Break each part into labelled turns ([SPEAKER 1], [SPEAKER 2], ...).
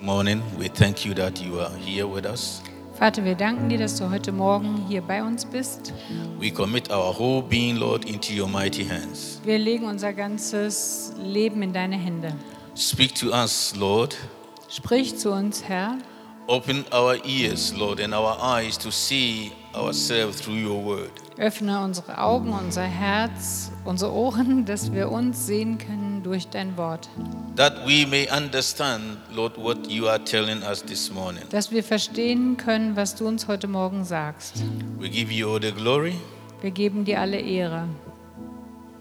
[SPEAKER 1] morning. We thank you that you are here with us.
[SPEAKER 2] Vater, wir danken dir, dass du heute Morgen hier bei uns bist.
[SPEAKER 1] We commit our whole being, Lord, into your mighty hands.
[SPEAKER 2] Wir legen unser ganzes Leben in deine Hände.
[SPEAKER 1] Speak to us, Lord.
[SPEAKER 2] Sprich zu uns, Herr.
[SPEAKER 1] Open our ears, Lord, and our eyes to see ourselves through your word.
[SPEAKER 2] Öffne unsere Augen, unser Herz, unsere Ohren, dass wir uns sehen können durch dein Wort.
[SPEAKER 1] That we may understand, Lord, what you are telling us this morning.
[SPEAKER 2] Dass wir verstehen können, was du uns heute Morgen sagst.
[SPEAKER 1] We give you all the glory
[SPEAKER 2] Wir geben dir alle Ehre,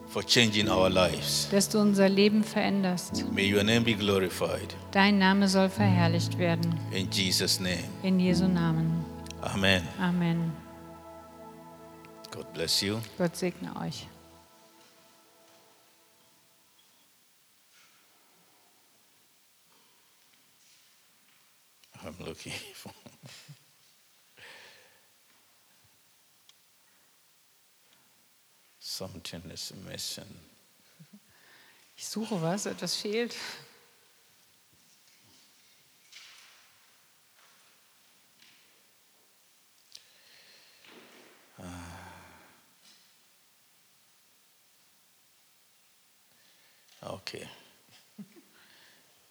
[SPEAKER 1] for changing our lives.
[SPEAKER 2] dass du unser Leben veränderst.
[SPEAKER 1] May your name be glorified.
[SPEAKER 2] Dein Name soll verherrlicht werden.
[SPEAKER 1] In Jesus' name.
[SPEAKER 2] In Jesu Namen.
[SPEAKER 1] Amen.
[SPEAKER 2] Amen.
[SPEAKER 1] God bless you.
[SPEAKER 2] Gott segne euch.
[SPEAKER 1] I'm looking for. Something is missing.
[SPEAKER 2] Ich suche was, etwas fehlt.
[SPEAKER 1] Okay.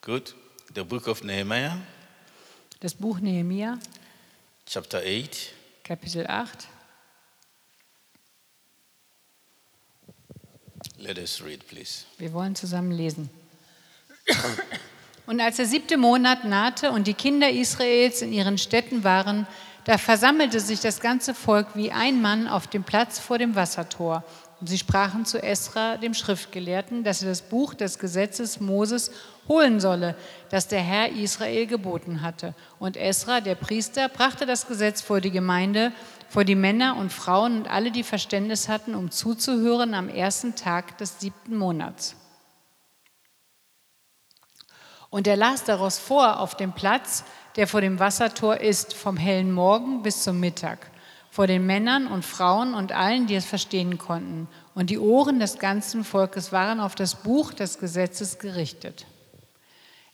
[SPEAKER 1] Good. The book of Nehemiah,
[SPEAKER 2] Das Buch Nehemia,
[SPEAKER 1] chapter 8,
[SPEAKER 2] Kapitel 8.
[SPEAKER 1] let us read, please.
[SPEAKER 2] Wir wollen zusammen lesen. Und als der siebte Monat nahte und die Kinder Israels in ihren Städten waren, da versammelte sich das ganze Volk wie ein Mann auf dem Platz vor dem Wassertor. Und sie sprachen zu Esra, dem Schriftgelehrten, dass er das Buch des Gesetzes Moses holen solle, das der Herr Israel geboten hatte. Und Esra, der Priester, brachte das Gesetz vor die Gemeinde, vor die Männer und Frauen und alle, die Verständnis hatten, um zuzuhören am ersten Tag des siebten Monats. Und er las daraus vor auf dem Platz, der vor dem Wassertor ist, vom hellen Morgen bis zum Mittag, vor den Männern und Frauen und allen, die es verstehen konnten. Und die Ohren des ganzen Volkes waren auf das Buch des Gesetzes gerichtet.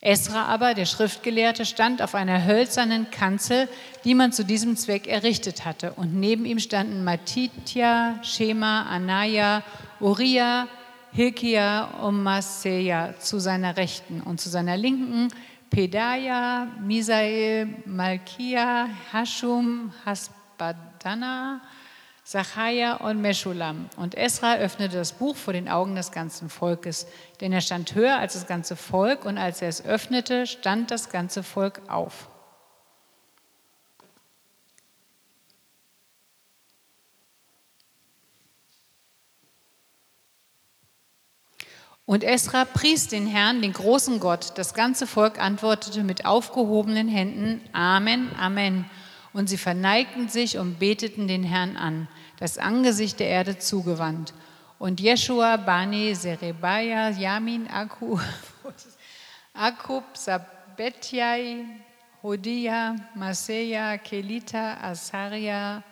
[SPEAKER 2] Esra aber, der Schriftgelehrte, stand auf einer hölzernen Kanzel, die man zu diesem Zweck errichtet hatte. Und neben ihm standen Matitja, Schema, Anaya, Uriah, Hilkia und Maseja zu seiner Rechten und zu seiner Linken Pedaya, Misael, Malkia, Hashum, Hasbadana, Sachaja und Meschulam. Und Esra öffnete das Buch vor den Augen des ganzen Volkes, denn er stand höher als das ganze Volk, und als er es öffnete, stand das ganze Volk auf. Und Esra pries den Herrn, den großen Gott. Das ganze Volk antwortete mit aufgehobenen Händen, Amen, Amen. Und sie verneigten sich und beteten den Herrn an, das Angesicht der Erde zugewandt. Und Jeshua, Bani, Serebaya, Yamin, Aku, Akub, Sabetjai, Hodia, Maseja, Kelita, Asaria,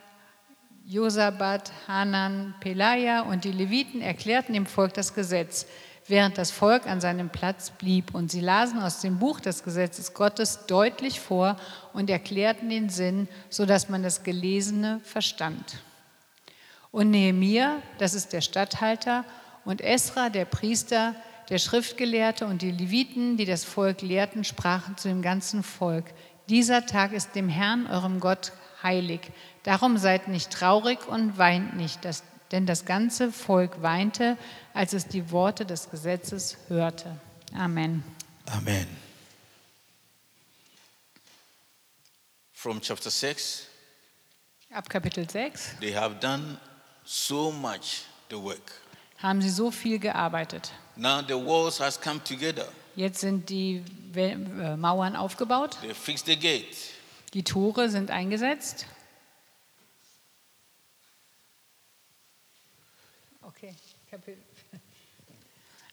[SPEAKER 2] Josabat, Hanan, Pelaja und die Leviten erklärten dem Volk das Gesetz, während das Volk an seinem Platz blieb. Und sie lasen aus dem Buch des Gesetzes Gottes deutlich vor und erklärten den Sinn, sodass man das Gelesene verstand. Und Nehemia, das ist der Statthalter, und Esra, der Priester, der Schriftgelehrte und die Leviten, die das Volk lehrten, sprachen zu dem ganzen Volk, dieser Tag ist dem Herrn, eurem Gott, heilig. Darum seid nicht traurig und weint nicht, das, denn das ganze Volk weinte, als es die Worte des Gesetzes hörte. Amen.
[SPEAKER 1] Amen. From chapter 6,
[SPEAKER 2] Ab Kapitel 6
[SPEAKER 1] they have done so much the work.
[SPEAKER 2] haben sie so viel gearbeitet.
[SPEAKER 1] Now the walls has come together.
[SPEAKER 2] Jetzt sind die We- äh, Mauern aufgebaut,
[SPEAKER 1] They fixed the gate.
[SPEAKER 2] die Tore sind eingesetzt. Okay, Kapitel.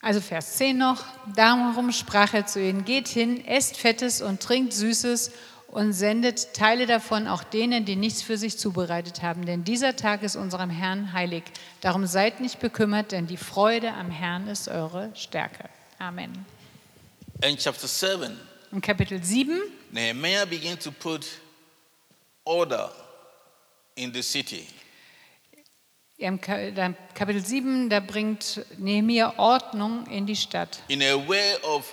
[SPEAKER 2] Also Vers 10 noch. Darum sprach er zu ihnen, geht hin, esst Fettes und trinkt Süßes und sendet Teile davon auch denen, die nichts für sich zubereitet haben. Denn dieser Tag ist unserem Herrn heilig. Darum seid nicht bekümmert, denn die Freude am Herrn ist eure Stärke. Amen.
[SPEAKER 1] And chapter 7,
[SPEAKER 2] in Kapitel 7,
[SPEAKER 1] Nehemiah began to put order in the city.
[SPEAKER 2] ja, im Ka- da- Kapitel 7, da bringt Nehemia Ordnung in die Stadt.
[SPEAKER 1] in a way of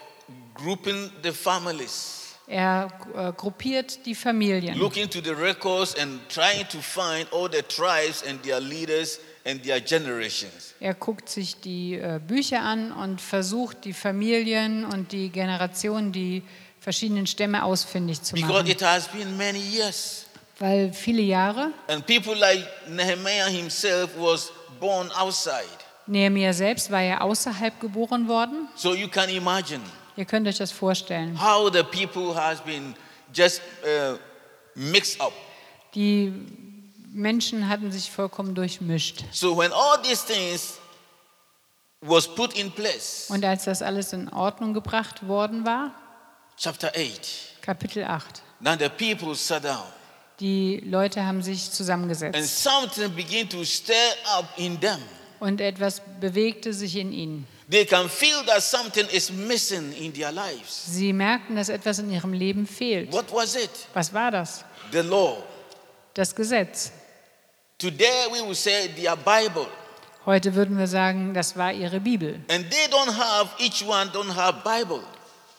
[SPEAKER 1] grouping the families,
[SPEAKER 2] Er äh, gruppiert die Familien.
[SPEAKER 1] looking to the records and trying to find all the tribes and their leaders and their generations.
[SPEAKER 2] Er guckt sich die äh, Bücher an und versucht, die Familien und die Generationen, die verschiedenen Stämme ausfindig zu
[SPEAKER 1] Because
[SPEAKER 2] machen.
[SPEAKER 1] it has been many years.
[SPEAKER 2] Weil viele Jahre,
[SPEAKER 1] And people like Nehemiah himself was born outside.
[SPEAKER 2] Nehemiah selbst war ja außerhalb geboren worden.
[SPEAKER 1] So you can imagine
[SPEAKER 2] Ihr könnt euch das vorstellen.
[SPEAKER 1] how the people has been just uh, mixed up.
[SPEAKER 2] Die Menschen hatten sich vollkommen durchmischt.
[SPEAKER 1] So when all these things was put in place,
[SPEAKER 2] Und als das alles in Ordnung gebracht worden war,
[SPEAKER 1] chapter 8,
[SPEAKER 2] Kapitel 8,
[SPEAKER 1] now the people sat down.
[SPEAKER 2] die Leute haben sich
[SPEAKER 1] And
[SPEAKER 2] zusammengesetzt
[SPEAKER 1] something began to stir up in them.
[SPEAKER 2] und etwas bewegte sich in ihnen.
[SPEAKER 1] They can feel that something is missing in their lives.
[SPEAKER 2] Sie merkten, dass etwas in ihrem Leben fehlt.
[SPEAKER 1] What was it?
[SPEAKER 2] Was war das?
[SPEAKER 1] The law.
[SPEAKER 2] Das Gesetz.
[SPEAKER 1] Today we will say their Bible.
[SPEAKER 2] Heute würden wir sagen, das war ihre Bibel.
[SPEAKER 1] And they don't have, each one don't have Bible.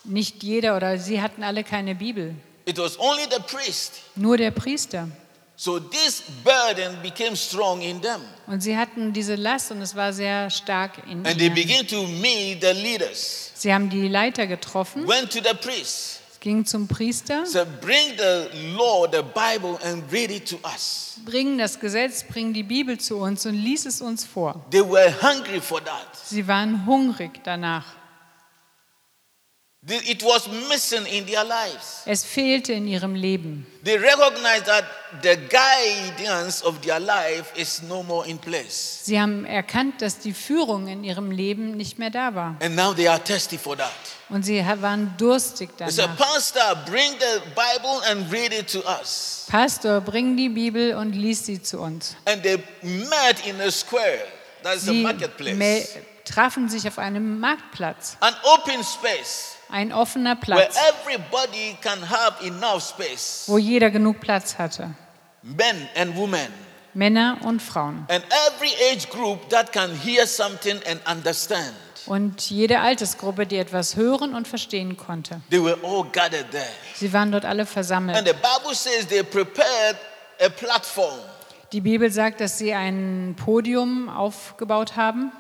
[SPEAKER 2] Nicht jeder oder sie hatten alle keine Bibel,
[SPEAKER 1] It was only the priest.
[SPEAKER 2] nur der Priester.
[SPEAKER 1] So this burden became strong in them.
[SPEAKER 2] Und sie hatten diese Last und es war sehr stark in
[SPEAKER 1] And they
[SPEAKER 2] ihnen.
[SPEAKER 1] began to meet the leaders.
[SPEAKER 2] Sie haben die Leiter getroffen,
[SPEAKER 1] Went to the priest.
[SPEAKER 2] gingen zum Priester,
[SPEAKER 1] Said, bring the law, the Bible, and read it to us.
[SPEAKER 2] bringen das Gesetz, bringen die Bibel zu uns und lies es uns vor.
[SPEAKER 1] They were hungry for that.
[SPEAKER 2] Sie waren hungrig danach.
[SPEAKER 1] They- It was missing in their lives.
[SPEAKER 2] Es fehlte in ihrem Leben.
[SPEAKER 1] They recognize that the guidance of their life is no more in place.
[SPEAKER 2] Sie haben erkannt, dass die Führung in ihrem Leben nicht mehr da war.
[SPEAKER 1] And now they are thirsty for that.
[SPEAKER 2] Und sie ha- waren durstig
[SPEAKER 1] They say,
[SPEAKER 2] danach.
[SPEAKER 1] Pastor, bring the Bible and read it to us.
[SPEAKER 2] Pastor, bring die Bibel und lies sie zu uns.
[SPEAKER 1] And they met in a square. That's the
[SPEAKER 2] Sie me-
[SPEAKER 1] marketplace.
[SPEAKER 2] trafen sich auf einem Marktplatz,
[SPEAKER 1] An open space
[SPEAKER 2] ein offener
[SPEAKER 1] where
[SPEAKER 2] Platz,
[SPEAKER 1] everybody can have enough space.
[SPEAKER 2] wo jeder genug Platz hatte.
[SPEAKER 1] Men and women.
[SPEAKER 2] Männer und Frauen.
[SPEAKER 1] And every age group that can hear something and understand.
[SPEAKER 2] Und jede Altersgruppe, die etwas hören und verstehen konnte.
[SPEAKER 1] They were all gathered there.
[SPEAKER 2] Sie waren dort alle
[SPEAKER 1] And
[SPEAKER 2] versammelt.
[SPEAKER 1] the Bible says they prepared a platform.
[SPEAKER 2] Die Bibel sagt, dass sie ein Podium aufgebaut haben.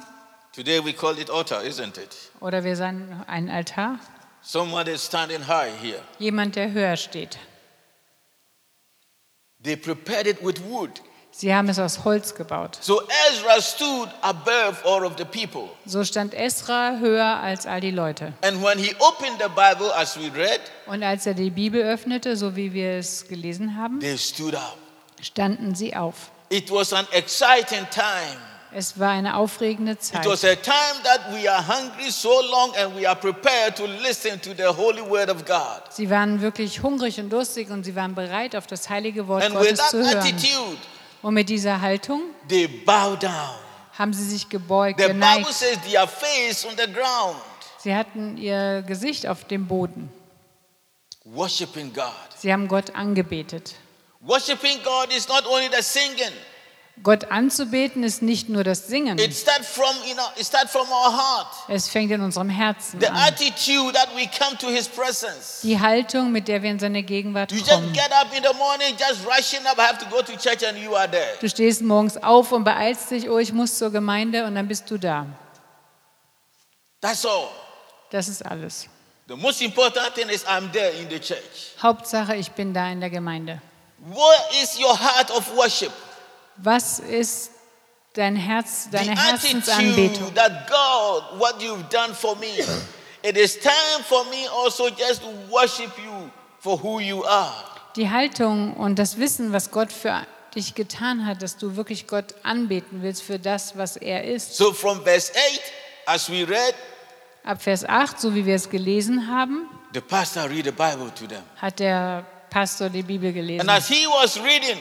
[SPEAKER 1] Today we call it altar, isn't it?
[SPEAKER 2] Oder wir sagen, ein Altar.
[SPEAKER 1] Someone is standing high here.
[SPEAKER 2] Jemand, der höher steht.
[SPEAKER 1] They prepared it with wood.
[SPEAKER 2] Sie haben es aus Holz gebaut.
[SPEAKER 1] So Ezra stood above all of the people.
[SPEAKER 2] So stand Esra höher als all die Leute.
[SPEAKER 1] And when he opened the Bible, as we read,
[SPEAKER 2] Und als er die Bibel öffnete, so wie wir es gelesen haben,
[SPEAKER 1] they stood up.
[SPEAKER 2] standen sie auf.
[SPEAKER 1] It was an exciting time.
[SPEAKER 2] Es war eine aufregende
[SPEAKER 1] It was
[SPEAKER 2] Zeit.
[SPEAKER 1] a time that we are hungry so long and we are prepared to listen to the holy word of God.
[SPEAKER 2] Sie waren wirklich hungrig und durstig und sie waren bereit, auf das heilige Wort
[SPEAKER 1] And with
[SPEAKER 2] Gottes
[SPEAKER 1] that
[SPEAKER 2] zu hören.
[SPEAKER 1] attitude,
[SPEAKER 2] Und mit dieser Haltung
[SPEAKER 1] they bow down.
[SPEAKER 2] haben sie sich gebeugt,
[SPEAKER 1] The Bible
[SPEAKER 2] geneigt.
[SPEAKER 1] says their face on the ground,
[SPEAKER 2] Sie hatten ihr Gesicht auf dem Boden.
[SPEAKER 1] worshiping God.
[SPEAKER 2] Sie haben Gott angebetet.
[SPEAKER 1] Worshiping God is not only the singing.
[SPEAKER 2] Gott anzubeten ist nicht nur das Singen.
[SPEAKER 1] It starts from you know, it starts from our heart.
[SPEAKER 2] Es fängt in unserem Herzen
[SPEAKER 1] The
[SPEAKER 2] an.
[SPEAKER 1] attitude that we come to His presence.
[SPEAKER 2] Die Haltung, mit der wir in seine Gegenwart
[SPEAKER 1] You just
[SPEAKER 2] kommen.
[SPEAKER 1] get up in the morning, just rushing up. I have to go to church, and you are there.
[SPEAKER 2] Du stehst morgens auf und beeilst dich, oh, ich muss zur Gemeinde und dann bist du da.
[SPEAKER 1] That's all.
[SPEAKER 2] Das ist alles.
[SPEAKER 1] The most important thing is I'm there in the church.
[SPEAKER 2] Hauptsache, ich bin da in der Gemeinde.
[SPEAKER 1] Where is your heart of worship?
[SPEAKER 2] Was ist dein Herz,
[SPEAKER 1] The
[SPEAKER 2] deine
[SPEAKER 1] attitude
[SPEAKER 2] Herzensanbetung?
[SPEAKER 1] that God, what you've done for me. It is time for me also just to worship you for who you are.
[SPEAKER 2] Die Haltung und das Wissen, was Gott für dich getan hat, dass du wirklich Gott anbeten willst für das, was er ist.
[SPEAKER 1] So from verse 8, as we read,
[SPEAKER 2] Ab Vers 8, so wie wir es gelesen haben,
[SPEAKER 1] the pastor read the Bible to them.
[SPEAKER 2] hat der Pastor die Bibel gelesen.
[SPEAKER 1] And as he was reading,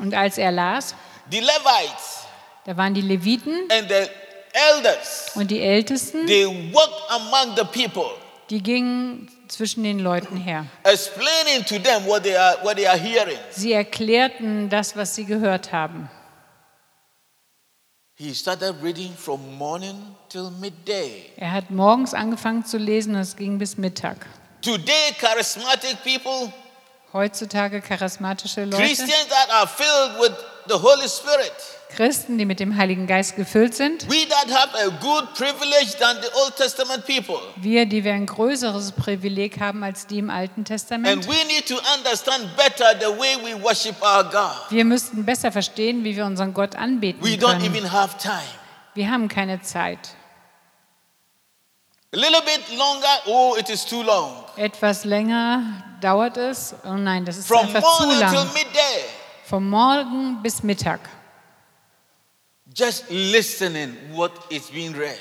[SPEAKER 2] Und als er las,
[SPEAKER 1] the Levites
[SPEAKER 2] da waren die Leviten
[SPEAKER 1] and the elders,
[SPEAKER 2] und die Ältesten,
[SPEAKER 1] they walked among the people.
[SPEAKER 2] die die gingen zwischen den Leuten her.
[SPEAKER 1] explaining to them what they are, what they are hearing.
[SPEAKER 2] Sie erklärten das, was sie gehört haben.
[SPEAKER 1] He started reading from morning till midday.
[SPEAKER 2] Er hat morgens angefangen zu lesen und es ging bis Mittag.
[SPEAKER 1] Today, charismatic people,
[SPEAKER 2] Heutzutage charismatische Leute,
[SPEAKER 1] Christians that are filled with the Holy Spirit,
[SPEAKER 2] Christen, die mit dem Heiligen Geist gefüllt sind,
[SPEAKER 1] we that have a good privilege than the Old Testament people.
[SPEAKER 2] wir, die wir ein größeres Privileg haben als die im Alten
[SPEAKER 1] And
[SPEAKER 2] Testament,
[SPEAKER 1] we need to understand better the way we worship our God.
[SPEAKER 2] wir müssten besser verstehen, wie wir unseren Gott anbeten
[SPEAKER 1] We don't
[SPEAKER 2] können.
[SPEAKER 1] even have time.
[SPEAKER 2] Wir haben keine Zeit.
[SPEAKER 1] A little bit longer, oh, it is too long.
[SPEAKER 2] Etwas länger dauert es. Oh nein, das ist
[SPEAKER 1] From
[SPEAKER 2] einfach zu
[SPEAKER 1] morning till
[SPEAKER 2] lang.
[SPEAKER 1] midday,
[SPEAKER 2] Vom Morgen bis Mittag.
[SPEAKER 1] just listening what is being read.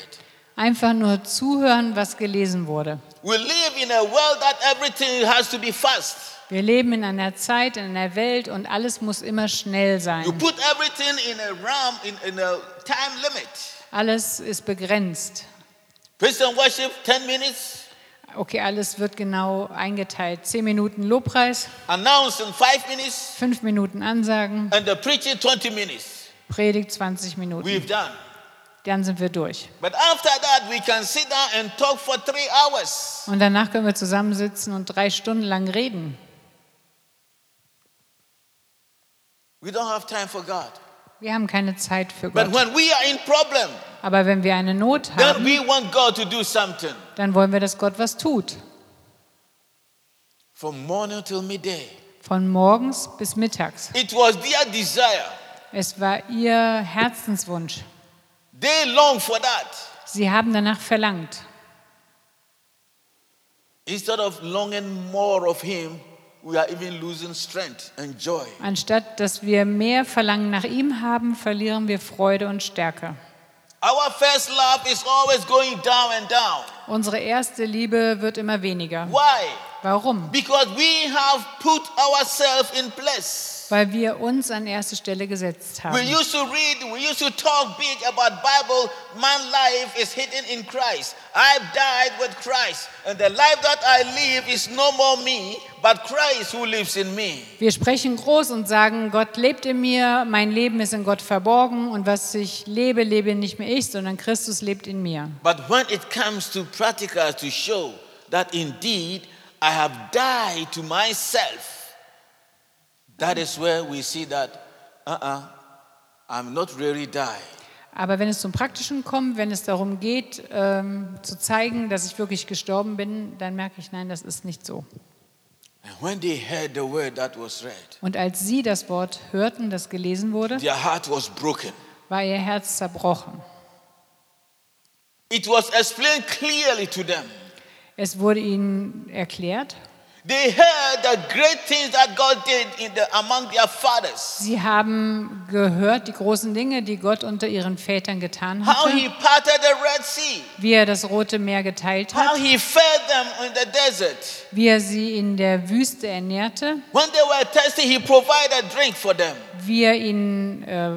[SPEAKER 2] Einfach nur zuhören, was gelesen wurde.
[SPEAKER 1] We live in a world that everything has to be fast.
[SPEAKER 2] Wir leben in einer Zeit, in einer Welt und alles muss immer schnell
[SPEAKER 1] You
[SPEAKER 2] sein.
[SPEAKER 1] put everything in a realm, in, in a time limit.
[SPEAKER 2] Alles ist begrenzt.
[SPEAKER 1] Praise and worship, 10 minutes.
[SPEAKER 2] Okay, alles wird genau eingeteilt. Zehn Minuten Lobpreis,
[SPEAKER 1] Announce in 5 minutes.
[SPEAKER 2] fünf Minuten Ansagen,
[SPEAKER 1] And the preaching, 20 minutes.
[SPEAKER 2] Predigt 20 Minuten.
[SPEAKER 1] We've done.
[SPEAKER 2] Dann sind wir durch.
[SPEAKER 1] But after that, we can sit down and talk for three hours.
[SPEAKER 2] Und danach können wir zusammensitzen und drei Stunden lang reden.
[SPEAKER 1] We don't have time for God.
[SPEAKER 2] Wir haben keine Zeit für
[SPEAKER 1] But
[SPEAKER 2] Gott.
[SPEAKER 1] when we are in problem,
[SPEAKER 2] Aber wenn wir eine Not
[SPEAKER 1] then
[SPEAKER 2] haben,
[SPEAKER 1] we want God to do something.
[SPEAKER 2] dann wollen wir, dass Gott was tut.
[SPEAKER 1] From morning till midday.
[SPEAKER 2] Von morgens bis mittags.
[SPEAKER 1] It was their desire.
[SPEAKER 2] Es war ihr Herzenswunsch.
[SPEAKER 1] They long for that.
[SPEAKER 2] Sie haben danach verlangt.
[SPEAKER 1] Instead of longing more of Him, we are even losing strength and joy.
[SPEAKER 2] Anstatt dass wir mehr Verlangen nach ihm haben, verlieren wir Freude und Stärke.
[SPEAKER 1] Our first love is always going down and down.
[SPEAKER 2] Unsere erste Liebe wird immer weniger.
[SPEAKER 1] Why?
[SPEAKER 2] Warum?
[SPEAKER 1] Because we have put ourselves in place.
[SPEAKER 2] Weil wir uns an erste Stelle gesetzt
[SPEAKER 1] We
[SPEAKER 2] haben.
[SPEAKER 1] used to read, we used to talk big about Bible. Man life is hidden in Christ. I've died with Christ, and the life that I live is no more me, but Christ who lives in me.
[SPEAKER 2] Wir sprechen groß und sagen, Gott lebt in mir, mein Leben ist in Gott verborgen und was ich lebe, lebe nicht mehr ich, sondern Christus lebt in mir.
[SPEAKER 1] But when it comes to practical to show that indeed I have died to myself, that is where we see that, uh uh-uh, uh, i am not really died.
[SPEAKER 2] Aber wenn es zum Praktischen kommt, wenn es darum geht, ähm, zu zeigen, dass ich wirklich gestorben bin, dann merke ich, nein, das ist nicht so.
[SPEAKER 1] And when they heard the word that was read,
[SPEAKER 2] Und als sie das Wort hörten, das gelesen wurde,
[SPEAKER 1] their heart was broken.
[SPEAKER 2] war ihr Herz zerbrochen.
[SPEAKER 1] It was explained clearly to them.
[SPEAKER 2] Es wurde ihnen erklärt,
[SPEAKER 1] They heard the great things that God did in the, among their fathers.
[SPEAKER 2] sie haben gehört die großen Dinge, die Gott unter ihren Vätern getan
[SPEAKER 1] How
[SPEAKER 2] hatte,
[SPEAKER 1] he parted the Red Sea.
[SPEAKER 2] wie er das Rote Meer geteilt
[SPEAKER 1] How
[SPEAKER 2] hat,
[SPEAKER 1] he fed them in the desert.
[SPEAKER 2] wie er sie in der Wüste ernährte,
[SPEAKER 1] When they were thirsty, he provided drink for them.
[SPEAKER 2] wie er ihnen äh,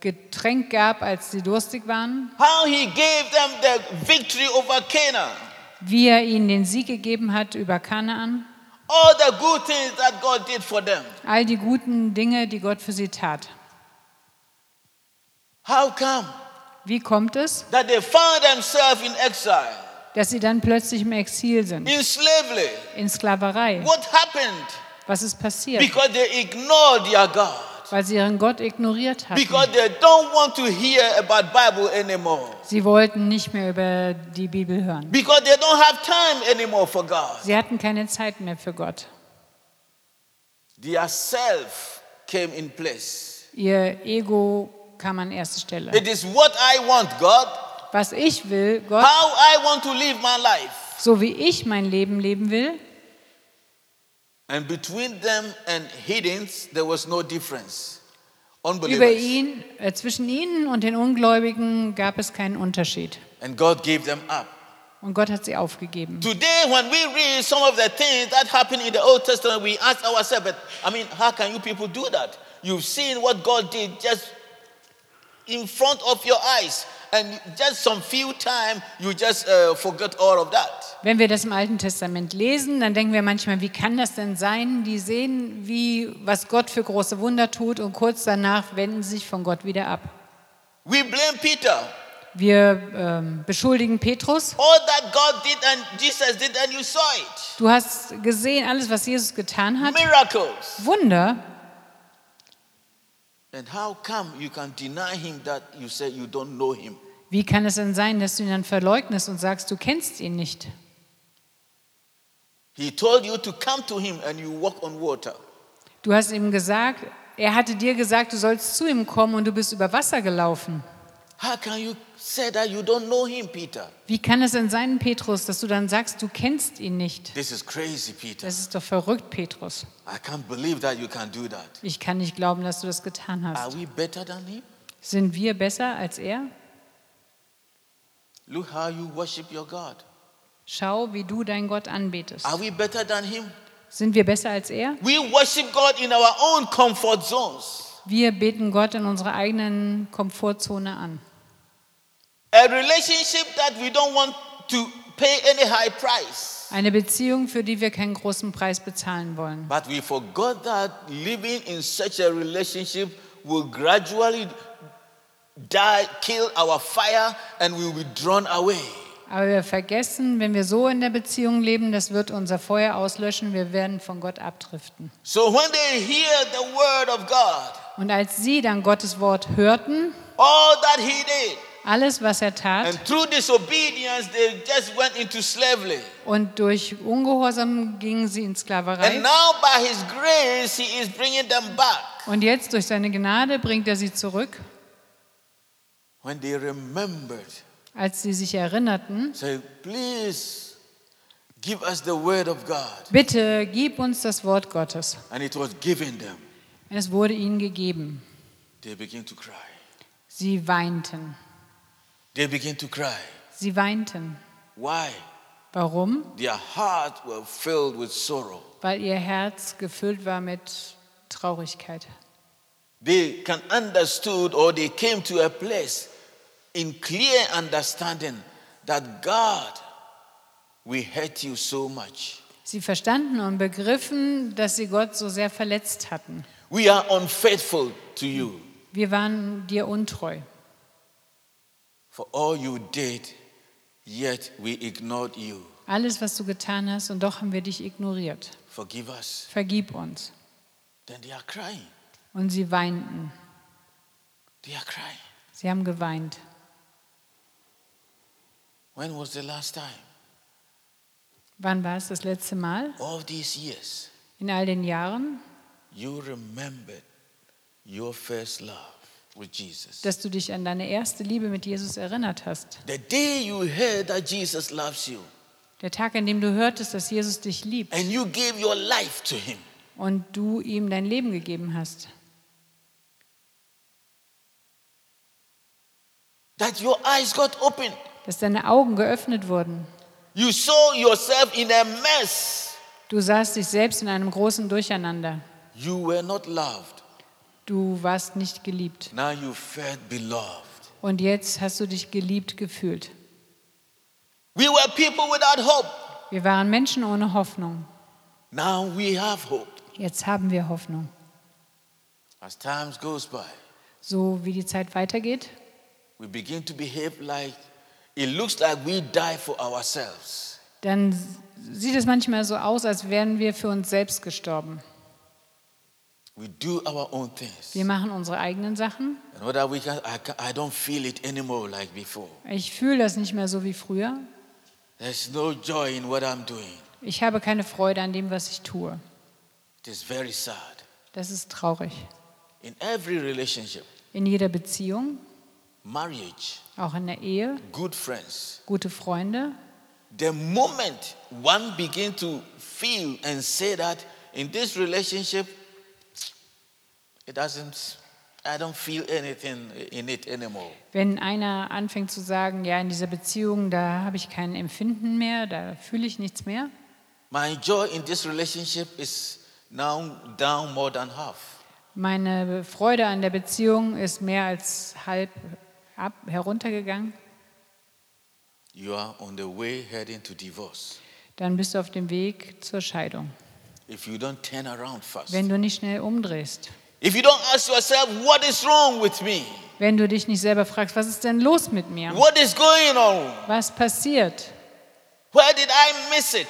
[SPEAKER 2] Getränk gab, als sie durstig waren,
[SPEAKER 1] How he gave them the victory over Canaan.
[SPEAKER 2] wie er ihnen den Sieg gegeben hat über Kanaan,
[SPEAKER 1] All the good things that God did for them.
[SPEAKER 2] all die guten Dinge, die Gott für sie tat.
[SPEAKER 1] How come
[SPEAKER 2] Wie kommt es,
[SPEAKER 1] that they found themselves in exile,
[SPEAKER 2] dass sie dann plötzlich im Exil sind,
[SPEAKER 1] in slavery?
[SPEAKER 2] in Sklaverei?
[SPEAKER 1] What happened?
[SPEAKER 2] Was ist passiert?
[SPEAKER 1] Because they ignored their God.
[SPEAKER 2] weil sie ihren Gott ignoriert
[SPEAKER 1] Because
[SPEAKER 2] hatten.
[SPEAKER 1] they don't want to hear about Bible anymore.
[SPEAKER 2] Sie wollten nicht mehr über die Bibel hören.
[SPEAKER 1] Because they don't have time anymore for God.
[SPEAKER 2] Sie hatten keine Zeit mehr für Gott.
[SPEAKER 1] Their self came in place.
[SPEAKER 2] Ihr Ego kam an erste Stelle.
[SPEAKER 1] It is what I want, God.
[SPEAKER 2] Was ich will, Gott,
[SPEAKER 1] How I want to live my life.
[SPEAKER 2] so wie ich mein Leben leben will,
[SPEAKER 1] And between them and heathens, there was no difference.
[SPEAKER 2] über
[SPEAKER 1] Unbelievers.
[SPEAKER 2] ihn, äh, zwischen ihnen und den Ungläubigen gab es keinen Unterschied.
[SPEAKER 1] And God gave them up.
[SPEAKER 2] Und Gott hat sie aufgegeben.
[SPEAKER 1] Today, when we read some of the things that happened in the Old Testament, we ask ourselves, but, I mean, how can you people do that? You've seen what God did just in front of your eyes. and just some few time you just uh, forget all of that.
[SPEAKER 2] Wenn wir das im Alten Testament lesen, dann denken wir manchmal, wie kann das denn sein? Die sehen, wie, was Gott für große Wunder tut und kurz danach wenden sie sich von Gott wieder ab.
[SPEAKER 1] We blame Peter.
[SPEAKER 2] Wir ähm, beschuldigen Petrus.
[SPEAKER 1] All that God did and Jesus did, and you saw it.
[SPEAKER 2] Du hast gesehen alles, was Jesus getan hat.
[SPEAKER 1] Miracles.
[SPEAKER 2] Wunder.
[SPEAKER 1] And how come you can deny him that you say you don't know him?
[SPEAKER 2] Wie kann es denn sein, dass du ihn dann verleugnest und sagst, du kennst ihn nicht?
[SPEAKER 1] He told you to come to him and you walk on water.
[SPEAKER 2] Du hast ihm gesagt, er hatte dir gesagt, du sollst zu ihm kommen und du bist über Wasser gelaufen.
[SPEAKER 1] How can you say that you don't know him, Peter?
[SPEAKER 2] Wie kann es denn sein, Petrus, dass du dann sagst, du kennst ihn nicht?
[SPEAKER 1] This is crazy, Peter.
[SPEAKER 2] Das ist doch verrückt, Petrus.
[SPEAKER 1] I can't believe that you can do that.
[SPEAKER 2] Ich kann nicht glauben, dass du das getan
[SPEAKER 1] Are
[SPEAKER 2] hast.
[SPEAKER 1] we better than him?
[SPEAKER 2] Sind wir besser als er?
[SPEAKER 1] Look how you worship your God.
[SPEAKER 2] Schau, wie du deinen Gott anbetest.
[SPEAKER 1] Are we better than him?
[SPEAKER 2] Sind wir besser als er?
[SPEAKER 1] We worship God in our own comfort zones.
[SPEAKER 2] Wir beten Gott in unserer eigenen Komfortzone an.
[SPEAKER 1] A relationship that we don't want to pay any high price.
[SPEAKER 2] Eine Beziehung, für die wir keinen großen Preis bezahlen wollen.
[SPEAKER 1] But we forgot that living in such a relationship will gradually die, kill our fire, and we will be drawn away.
[SPEAKER 2] Aber wir vergessen, wenn wir so in der Beziehung leben, das wird unser Feuer auslöschen, wir werden von Gott abdriften.
[SPEAKER 1] So when they hear the word of God,
[SPEAKER 2] Und als sie dann Gottes Wort hörten,
[SPEAKER 1] all that he did,
[SPEAKER 2] alles, was er tat,
[SPEAKER 1] and through disobedience, they just went into slavery.
[SPEAKER 2] und durch Ungehorsam gingen sie in
[SPEAKER 1] And
[SPEAKER 2] Sklaverei.
[SPEAKER 1] now, by his grace, he is bringing them back.
[SPEAKER 2] Und jetzt durch seine Gnade bringt er sie zurück.
[SPEAKER 1] When they remembered,
[SPEAKER 2] Als sie sich erinnerten,
[SPEAKER 1] say, please give us the word of God.
[SPEAKER 2] bitte gib uns das Wort Gottes.
[SPEAKER 1] And it was given them.
[SPEAKER 2] Es wurde ihnen gegeben.
[SPEAKER 1] They begin to cry.
[SPEAKER 2] Sie weinten.
[SPEAKER 1] They begin to cry.
[SPEAKER 2] Sie weinten.
[SPEAKER 1] Why?
[SPEAKER 2] Warum?
[SPEAKER 1] Their hearts were filled with sorrow.
[SPEAKER 2] Weil ihr Herz gefüllt war mit Traurigkeit.
[SPEAKER 1] They can understood or they came to a place in clear understanding that God, we hate you so much.
[SPEAKER 2] Sie verstanden und begriffen, dass sie Gott so sehr verletzt hatten.
[SPEAKER 1] We are unfaithful to you
[SPEAKER 2] Wir waren dir untreu.
[SPEAKER 1] for all you did, yet we ignored you.
[SPEAKER 2] Alles, was du getan hast, und doch haben wir dich ignoriert.
[SPEAKER 1] Forgive us.
[SPEAKER 2] Vergib uns.
[SPEAKER 1] Then they are crying.
[SPEAKER 2] Und sie weinten.
[SPEAKER 1] They are crying.
[SPEAKER 2] Sie haben geweint.
[SPEAKER 1] When was the last time?
[SPEAKER 2] Wann war es das letzte Mal?
[SPEAKER 1] All these years,
[SPEAKER 2] In all den Jahren,
[SPEAKER 1] you remembered your first love with Jesus.
[SPEAKER 2] dass du dich an deine erste Liebe mit Jesus erinnert hast.
[SPEAKER 1] The day you heard that Jesus loves you
[SPEAKER 2] Der Tag, an dem du hörtest, dass Jesus dich liebt
[SPEAKER 1] and you gave your life to him,
[SPEAKER 2] und du ihm dein Leben gegeben hast.
[SPEAKER 1] that your eyes got opened.
[SPEAKER 2] dass deine Augen geöffnet wurden.
[SPEAKER 1] You saw yourself in a mess.
[SPEAKER 2] Du sahst dich selbst in einem großen Durcheinander.
[SPEAKER 1] You were not loved.
[SPEAKER 2] Du warst nicht geliebt.
[SPEAKER 1] Now you felt beloved.
[SPEAKER 2] Und jetzt hast du dich geliebt gefühlt.
[SPEAKER 1] We were people without hope.
[SPEAKER 2] Wir waren Menschen ohne Hoffnung.
[SPEAKER 1] Now we have hope.
[SPEAKER 2] Jetzt haben wir Hoffnung.
[SPEAKER 1] As time goes by,
[SPEAKER 2] So wie die Zeit weitergeht,
[SPEAKER 1] we begin to behave like it looks like we die for ourselves.
[SPEAKER 2] dann sieht es manchmal so aus, als wären wir für uns selbst gestorben.
[SPEAKER 1] We do our own things.
[SPEAKER 2] Wir machen unsere eigenen Sachen.
[SPEAKER 1] And whether we can, I, can, I don't feel it anymore like before.
[SPEAKER 2] Ich fühle das nicht mehr so wie früher.
[SPEAKER 1] There's no joy in what I'm doing.
[SPEAKER 2] Ich habe keine Freude an dem, was ich tue.
[SPEAKER 1] It is very sad.
[SPEAKER 2] Das ist traurig.
[SPEAKER 1] In every relationship,
[SPEAKER 2] In jeder Beziehung,
[SPEAKER 1] marriage,
[SPEAKER 2] auch in der Ehe,
[SPEAKER 1] good friends,
[SPEAKER 2] gute Freunde,
[SPEAKER 1] the moment one begin to feel and say that in this relationship, it doesn't, I don't feel anything in it anymore.
[SPEAKER 2] Wenn einer anfängt zu sagen, ja, in dieser Beziehung, da habe ich kein Empfinden mehr, da fühle ich nichts mehr,
[SPEAKER 1] My joy in this relationship is now down more than half.
[SPEAKER 2] meine Freude an der Beziehung ist mehr als halb ab, heruntergegangen,
[SPEAKER 1] you are on the way heading to divorce.
[SPEAKER 2] dann bist du auf dem Weg zur Scheidung.
[SPEAKER 1] If you don't turn around fast,
[SPEAKER 2] Wenn du nicht schnell umdrehst,
[SPEAKER 1] if you don't ask yourself, what is wrong with me?
[SPEAKER 2] wenn du dich nicht selber fragst, was ist denn los mit mir?
[SPEAKER 1] What is going on?
[SPEAKER 2] Was passiert?
[SPEAKER 1] Where did I miss it?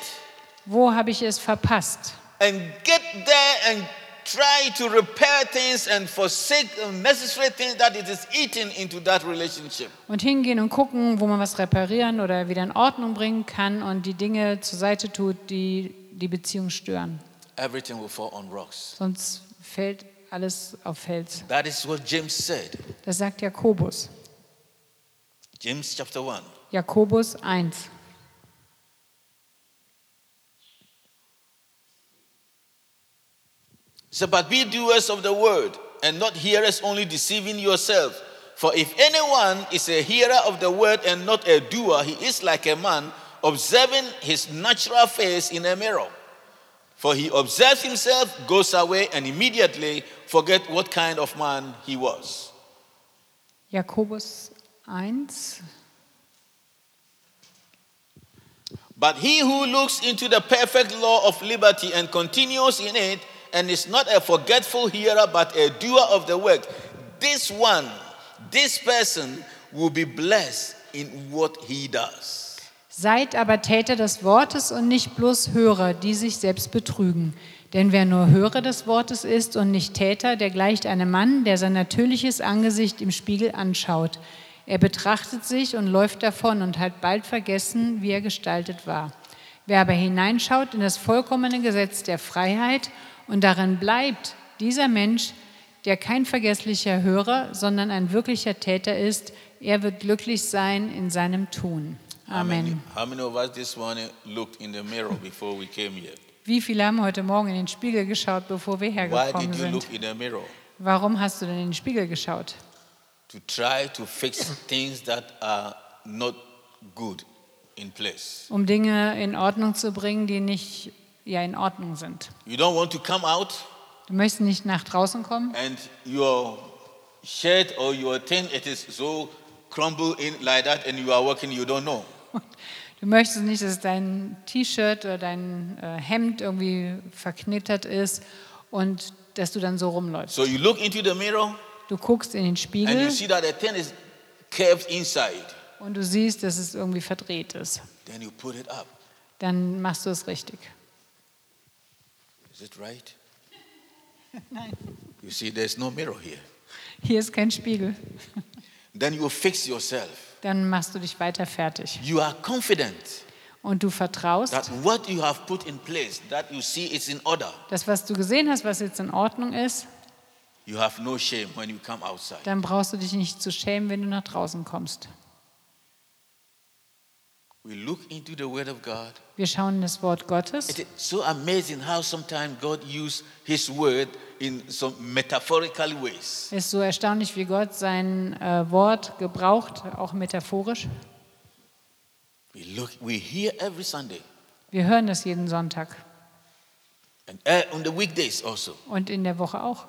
[SPEAKER 2] Wo habe ich es verpasst?
[SPEAKER 1] and get there and try to repair things and forsake unnecessary things that it is eating into that relationship.
[SPEAKER 2] Und hingehen und gucken, wo man was reparieren oder wieder in Ordnung bringen kann und die Dinge zur Seite tut, die die Beziehung stören.
[SPEAKER 1] Everything will fall on rocks.
[SPEAKER 2] Sonst fällt alles auf Fels.
[SPEAKER 1] That is what James said.
[SPEAKER 2] Das sagt Jakobus.
[SPEAKER 1] James chapter 1.
[SPEAKER 2] Jakobus 1.
[SPEAKER 1] He said, But be doers of the word and not hearers only deceiving yourself. For if anyone is a hearer of the word and not a doer, he is like a man observing his natural face in a mirror. For he observes himself, goes away, and immediately forget what kind of man he was.
[SPEAKER 2] Jakobus 1.
[SPEAKER 1] But he who looks into the perfect law of liberty and continues in it, and is not a forgetful hearer but a doer of the work, this one, this person, will be blessed in what he does.
[SPEAKER 2] Seid aber Täter des Wortes und nicht bloß Hörer, die sich selbst betrügen. Denn wer nur Hörer des Wortes ist und nicht Täter, der gleicht einem Mann, der sein natürliches Angesicht im Spiegel anschaut. Er betrachtet sich und läuft davon und hat bald vergessen, wie er gestaltet war. Wer aber hineinschaut in das vollkommene Gesetz der Freiheit und darin bleibt, dieser Mensch, der kein vergesslicher Hörer, sondern ein wirklicher Täter ist, er wird glücklich sein in seinem Tun.
[SPEAKER 1] How
[SPEAKER 2] Amen.
[SPEAKER 1] many, how many of us this morning looked in the mirror before we came here?
[SPEAKER 2] Wie viele haben heute Morgen in den Spiegel geschaut, bevor wir
[SPEAKER 1] Why
[SPEAKER 2] hergekommen
[SPEAKER 1] did you
[SPEAKER 2] sind?
[SPEAKER 1] look in the mirror?
[SPEAKER 2] Warum hast du denn in den Spiegel geschaut?
[SPEAKER 1] To try to fix things that are not good in place.
[SPEAKER 2] Um Dinge in Ordnung zu bringen, die nicht ja, in Ordnung sind.
[SPEAKER 1] You don't want to come out
[SPEAKER 2] Du möchtest nicht nach draußen kommen
[SPEAKER 1] and your shirt or your thing it is so crumbled in like that and you are walking you don't know
[SPEAKER 2] und du möchtest nicht, dass dein T-Shirt oder dein äh, Hemd irgendwie verknittert ist und dass du dann so rumläufst.
[SPEAKER 1] so you look into the mirror
[SPEAKER 2] Du guckst in den
[SPEAKER 1] and you
[SPEAKER 2] Spiegel
[SPEAKER 1] see that the thing is curved inside
[SPEAKER 2] und du siehst, dass es irgendwie verdreht ist.
[SPEAKER 1] then you put it up
[SPEAKER 2] Dann machst du es richtig.
[SPEAKER 1] is it right
[SPEAKER 2] Nein.
[SPEAKER 1] you see there's no mirror here
[SPEAKER 2] Hier ist kein Spiegel.
[SPEAKER 1] then you fix yourself
[SPEAKER 2] Dann machst du dich weiter fertig.
[SPEAKER 1] you are confident
[SPEAKER 2] und du vertraust,
[SPEAKER 1] that what you have put in place that you see is in order
[SPEAKER 2] das, was du gesehen hast, was jetzt in Ordnung ist,
[SPEAKER 1] you have no shame when you come outside
[SPEAKER 2] dann brauchst du dich nicht zu schämen, wenn du nach draußen kommst.
[SPEAKER 1] we look into the word of god
[SPEAKER 2] Wir schauen in das Wort Gottes.
[SPEAKER 1] It is so amazing how sometimes God uses His word in some metaphorical ways.
[SPEAKER 2] Es ist so erstaunlich, wie Gott sein äh, Wort gebraucht, auch metaphorisch.
[SPEAKER 1] We look, we hear every Sunday
[SPEAKER 2] Wir hören das jeden Sonntag
[SPEAKER 1] and eh, on the weekdays also.
[SPEAKER 2] und in der Woche auch.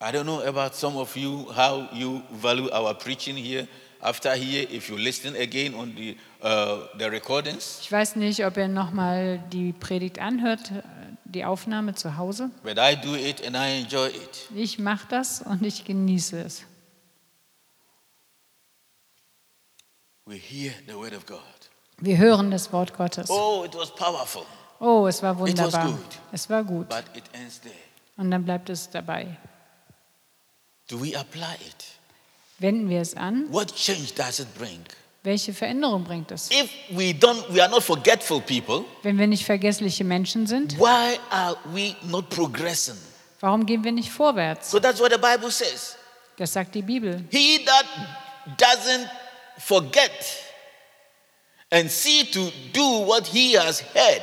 [SPEAKER 1] I don't know about some of you how you value our preaching here. After here, if you listen again on the uh, the recordings,
[SPEAKER 2] Ich weiß nicht, ob ihr nochmal die Predigt anhört, äh, die Aufnahme zu Hause.
[SPEAKER 1] but I do it and I enjoy it.
[SPEAKER 2] Ich mache das und ich genieße es.
[SPEAKER 1] We hear the word of God.
[SPEAKER 2] Wir hören das Wort Gottes.
[SPEAKER 1] Oh, it was powerful,
[SPEAKER 2] Oh, es war
[SPEAKER 1] It was
[SPEAKER 2] wunderbar.
[SPEAKER 1] good.
[SPEAKER 2] Es war gut.
[SPEAKER 1] but it ends there.
[SPEAKER 2] Und dann bleibt es dabei.
[SPEAKER 1] Do we apply it?
[SPEAKER 2] Wenden wir es an,
[SPEAKER 1] What change does it bring?
[SPEAKER 2] welche Veränderung bringt es?
[SPEAKER 1] If we don't, we are not forgetful people.
[SPEAKER 2] Wenn wir nicht vergessliche Menschen sind,
[SPEAKER 1] Why are we not progressing?
[SPEAKER 2] warum gehen wir nicht vorwärts?
[SPEAKER 1] So that's what the Bible says.
[SPEAKER 2] Das sagt die Bibel.
[SPEAKER 1] He that doesn't forget and see to do what he has heard,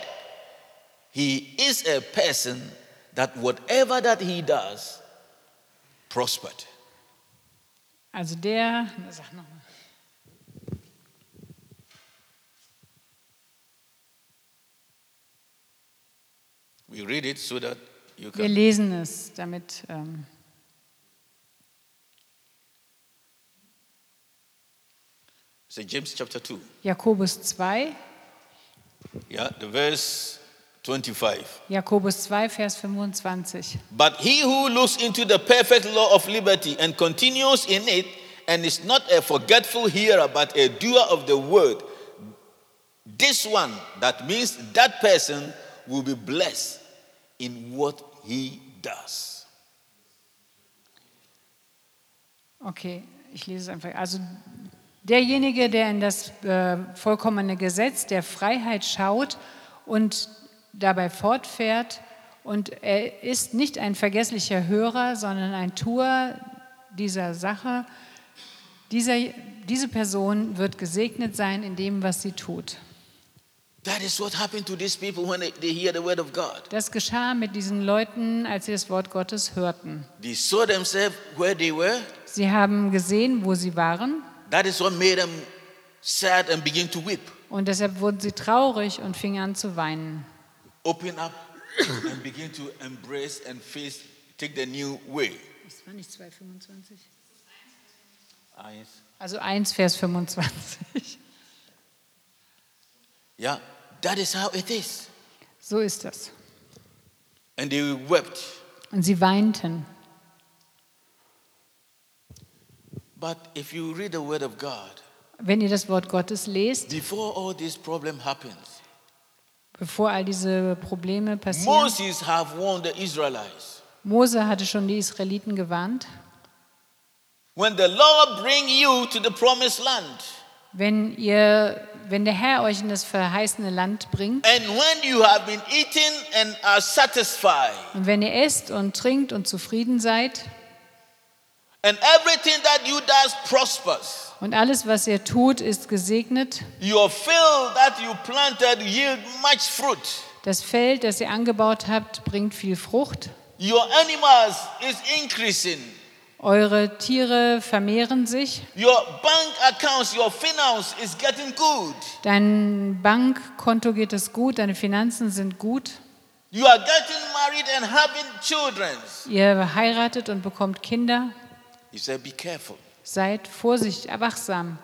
[SPEAKER 1] he is a person that whatever that he does, prospered.
[SPEAKER 2] Also der, na, sag noch mal.
[SPEAKER 1] We read it so that you
[SPEAKER 2] wir
[SPEAKER 1] can.
[SPEAKER 2] lesen es, damit ähm,
[SPEAKER 1] So James chapter 2.
[SPEAKER 2] Jakobus 2,
[SPEAKER 1] Yeah, the verse 25.
[SPEAKER 2] Jakobus 2, Vers 25.
[SPEAKER 1] But he who looks into the perfect law of liberty and continues in it, and is not a forgetful hearer, but a doer of the word, this one, that means that person, will be blessed in what he does.
[SPEAKER 2] Okay, ich lese es einfach. Also derjenige, der in das äh, vollkommene Gesetz der Freiheit schaut und dabei fortfährt, und er ist nicht ein vergesslicher Hörer, sondern ein Tuer dieser Sache, dieser, diese Person wird gesegnet sein in dem, was sie tut.
[SPEAKER 1] That is what happened to these people when they, they hear the word of God.
[SPEAKER 2] Das geschah mit diesen Leuten, als sie das Wort Gottes hörten.
[SPEAKER 1] They saw themselves where they were.
[SPEAKER 2] Sie haben gesehen, wo sie waren,
[SPEAKER 1] That is what made them sad and begin to weep.
[SPEAKER 2] und deshalb wurden sie traurig und fingen an zu weinen.
[SPEAKER 1] Open up and begin to embrace and face, take the new way.
[SPEAKER 2] Das war nicht 2,25.
[SPEAKER 1] Ah, yes.
[SPEAKER 2] Also 1, Vers 25.
[SPEAKER 1] Yeah, that is how it is.
[SPEAKER 2] So ist das.
[SPEAKER 1] And they wept.
[SPEAKER 2] Und sie weinten.
[SPEAKER 1] But if you read the word of God,
[SPEAKER 2] Wenn ihr das Wort Gottes lest,
[SPEAKER 1] before all this problem happens,
[SPEAKER 2] bevor all diese Probleme passieren,
[SPEAKER 1] Moses have warned the Israelites.
[SPEAKER 2] Mose hatte schon die Israeliten gewarnt,
[SPEAKER 1] When the Lord bring you to the promised land,
[SPEAKER 2] wenn, ihr, wenn der Herr euch in das verheißene Land bringt
[SPEAKER 1] and when you have been eaten and are satisfied,
[SPEAKER 2] und wenn ihr esst und trinkt und zufrieden seid
[SPEAKER 1] and everything that you does prospers,
[SPEAKER 2] und alles, was ihr tut, ist gesegnet,
[SPEAKER 1] Your field that you planted yield much fruit.
[SPEAKER 2] das Feld, das ihr angebaut habt, bringt viel Frucht,
[SPEAKER 1] Your animals is increasing.
[SPEAKER 2] eure Tiere vermehren sich
[SPEAKER 1] Your bank accounts, your finance is getting good.
[SPEAKER 2] Dein Bankkonto geht es gut, deine Finanzen sind gut.
[SPEAKER 1] You are getting married and having children.
[SPEAKER 2] Ihr heiratet und bekommt Kinder.
[SPEAKER 1] He said, Be careful.
[SPEAKER 2] Seid vorsichtig, wachsam.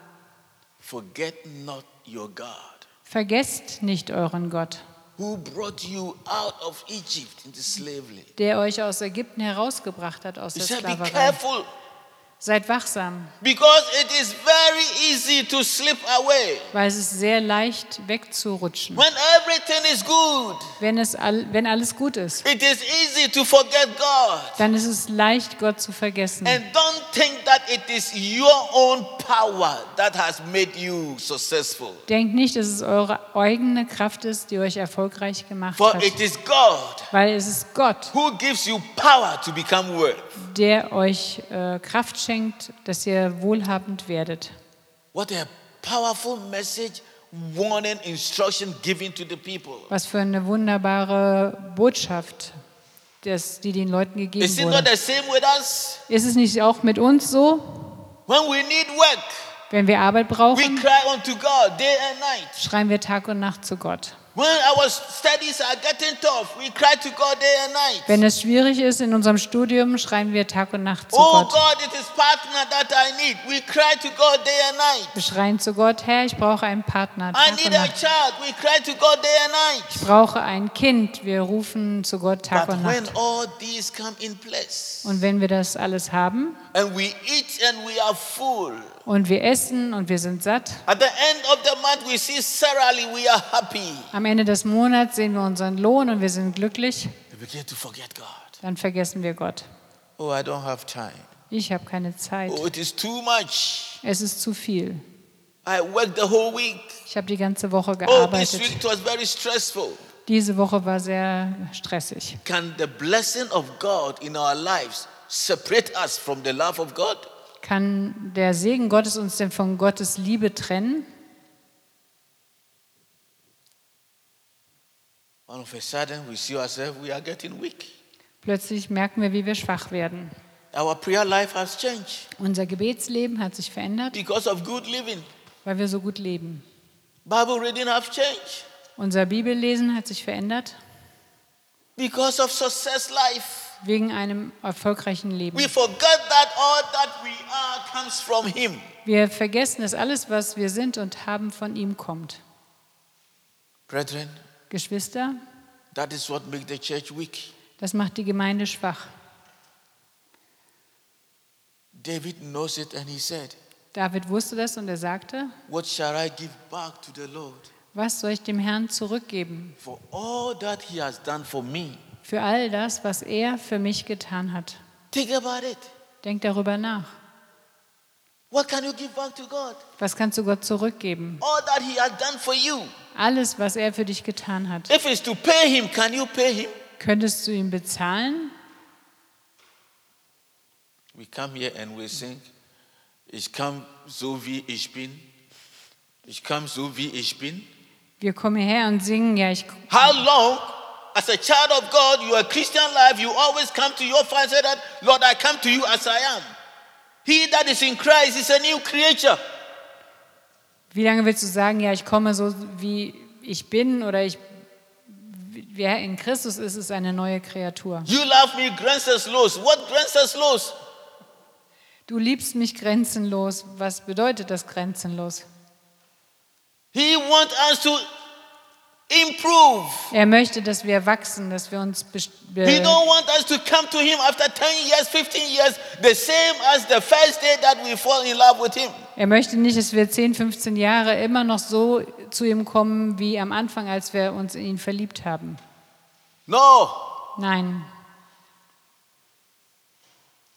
[SPEAKER 1] Forget not your God
[SPEAKER 2] Vergesst nicht euren Gott,
[SPEAKER 1] who brought you out of Egypt into slavery.
[SPEAKER 2] der euch aus Ägypten herausgebracht hat, aus
[SPEAKER 1] He
[SPEAKER 2] der
[SPEAKER 1] said, Be
[SPEAKER 2] Sklaverei.
[SPEAKER 1] careful
[SPEAKER 2] Seid wachsam,
[SPEAKER 1] because it is very easy to slip away.
[SPEAKER 2] weil es ist sehr leicht wegzurutschen.
[SPEAKER 1] When everything is good,
[SPEAKER 2] Wenn, es all, wenn alles gut ist,
[SPEAKER 1] it is easy to forget God.
[SPEAKER 2] dann ist es leicht, Gott zu vergessen.
[SPEAKER 1] And don't think that it is your own power that has made you successful.
[SPEAKER 2] Denkt nicht, dass es eure eigene Kraft ist, die euch erfolgreich gemacht
[SPEAKER 1] For
[SPEAKER 2] hat,
[SPEAKER 1] it is God
[SPEAKER 2] weil es ist Gott,
[SPEAKER 1] who gives you power to become wealth.
[SPEAKER 2] der euch äh, Kraft schenkt, dass ihr wohlhabend werdet.
[SPEAKER 1] What a powerful message, warning, instruction given to the people.
[SPEAKER 2] Was für eine wunderbare Botschaft, dass die den Leuten gegeben
[SPEAKER 1] Is it not
[SPEAKER 2] wurde.
[SPEAKER 1] the same with us?
[SPEAKER 2] Ist es nicht auch mit uns so,
[SPEAKER 1] When we need work,
[SPEAKER 2] wenn wir Arbeit
[SPEAKER 1] we
[SPEAKER 2] brauchen,
[SPEAKER 1] cry unto God day and night.
[SPEAKER 2] schreien wir Tag und Nacht zu Gott.
[SPEAKER 1] When our studies are getting tough, we cry to God day and night.
[SPEAKER 2] Wenn es schwierig ist in unserem Studium, schreien wir Tag und Nacht zu
[SPEAKER 1] Oh
[SPEAKER 2] Gott.
[SPEAKER 1] God, it is partner that I need. We cry to God day and night.
[SPEAKER 2] Wir schreien zu Gott, Herr, ich brauche einen Partner.
[SPEAKER 1] I
[SPEAKER 2] Tag
[SPEAKER 1] need
[SPEAKER 2] und
[SPEAKER 1] a
[SPEAKER 2] Nacht.
[SPEAKER 1] child. We cry to God day and night.
[SPEAKER 2] Ich brauche ein Kind. Wir rufen zu Gott Tag
[SPEAKER 1] But
[SPEAKER 2] und
[SPEAKER 1] when
[SPEAKER 2] Nacht.
[SPEAKER 1] all these come in place
[SPEAKER 2] Und wenn wir das alles haben
[SPEAKER 1] and we eat and we are full,
[SPEAKER 2] und wir essen und wir sind satt,
[SPEAKER 1] at the end of the month we see Sarali, we are happy.
[SPEAKER 2] Am Ende des Monats sehen wir unseren Lohn und wir sind glücklich,
[SPEAKER 1] We begin to forget God.
[SPEAKER 2] dann vergessen wir Gott.
[SPEAKER 1] Oh, I don't have time.
[SPEAKER 2] Ich habe keine Zeit.
[SPEAKER 1] Oh, it is too much.
[SPEAKER 2] Es ist zu viel.
[SPEAKER 1] I worked the whole week.
[SPEAKER 2] Ich habe die ganze Woche
[SPEAKER 1] Oh, this week
[SPEAKER 2] gearbeitet.
[SPEAKER 1] it was very stressful.
[SPEAKER 2] Diese Woche war sehr stressig.
[SPEAKER 1] Can the blessing of God in our lives separate us from the love of God?
[SPEAKER 2] Kann der Segen Gottes uns denn von Gottes Liebe trennen?
[SPEAKER 1] All of a sudden, we see ourselves, we are getting weak.
[SPEAKER 2] Plötzlich merken wir, wie wir schwach werden.
[SPEAKER 1] Our prayer life has changed
[SPEAKER 2] Unser Gebetsleben hat sich verändert,
[SPEAKER 1] because of good living.
[SPEAKER 2] weil wir so gut leben.
[SPEAKER 1] Bible reading have changed
[SPEAKER 2] Unser Bibellesen hat sich verändert
[SPEAKER 1] because of success life.
[SPEAKER 2] wegen einem erfolgreichen Leben.
[SPEAKER 1] We forget that all that we are comes from Him.
[SPEAKER 2] Wir vergessen, dass alles, was wir sind und haben, von ihm kommt.
[SPEAKER 1] Brethren,
[SPEAKER 2] Geschwister,
[SPEAKER 1] that is what makes the church weak.
[SPEAKER 2] das macht die Gemeinde schwach.
[SPEAKER 1] David knows it and he said,
[SPEAKER 2] David wusste das und er sagte,
[SPEAKER 1] What shall I give back to the Lord
[SPEAKER 2] was soll ich dem Herrn zurückgeben
[SPEAKER 1] for all that he has done for me?
[SPEAKER 2] für all das, was er für mich getan hat?
[SPEAKER 1] Think about it.
[SPEAKER 2] Denk darüber nach.
[SPEAKER 1] What can you give back to God?
[SPEAKER 2] Was kannst du Gott zurückgeben?
[SPEAKER 1] All that he has done for you.
[SPEAKER 2] Alles, was er für dich getan hat.
[SPEAKER 1] If it's to pay him, can you pay him?
[SPEAKER 2] Könntest du ihn bezahlen?
[SPEAKER 1] We come here and we sing, Ich kam so wie ich bin. Ich kam so wie ich bin.
[SPEAKER 2] Wir kommen hierher und singen, ja, ich
[SPEAKER 1] How long, as a child of God, you are Christian life, you always come to your father and say that, Lord, I come to you as I am. He that is in Christ is a new creature.
[SPEAKER 2] Wie lange willst du sagen, ja, ich komme so, wie ich bin oder ich, wer in Christus ist, ist eine neue Kreatur.
[SPEAKER 1] You love me, Los. What Los?
[SPEAKER 2] Du liebst mich grenzenlos. Was bedeutet das grenzenlos?
[SPEAKER 1] He wants us to improve.
[SPEAKER 2] Er möchte, dass wir wachsen, dass wir uns best-
[SPEAKER 1] He
[SPEAKER 2] be-
[SPEAKER 1] don't want us to come to him after 10 years, 15 years, the same as the first day that we fall in love with him.
[SPEAKER 2] er möchte nicht, dass wir 10, 15 Jahre immer noch so zu ihm kommen wie am Anfang, als wir uns in ihn verliebt haben.
[SPEAKER 1] No.
[SPEAKER 2] Nein,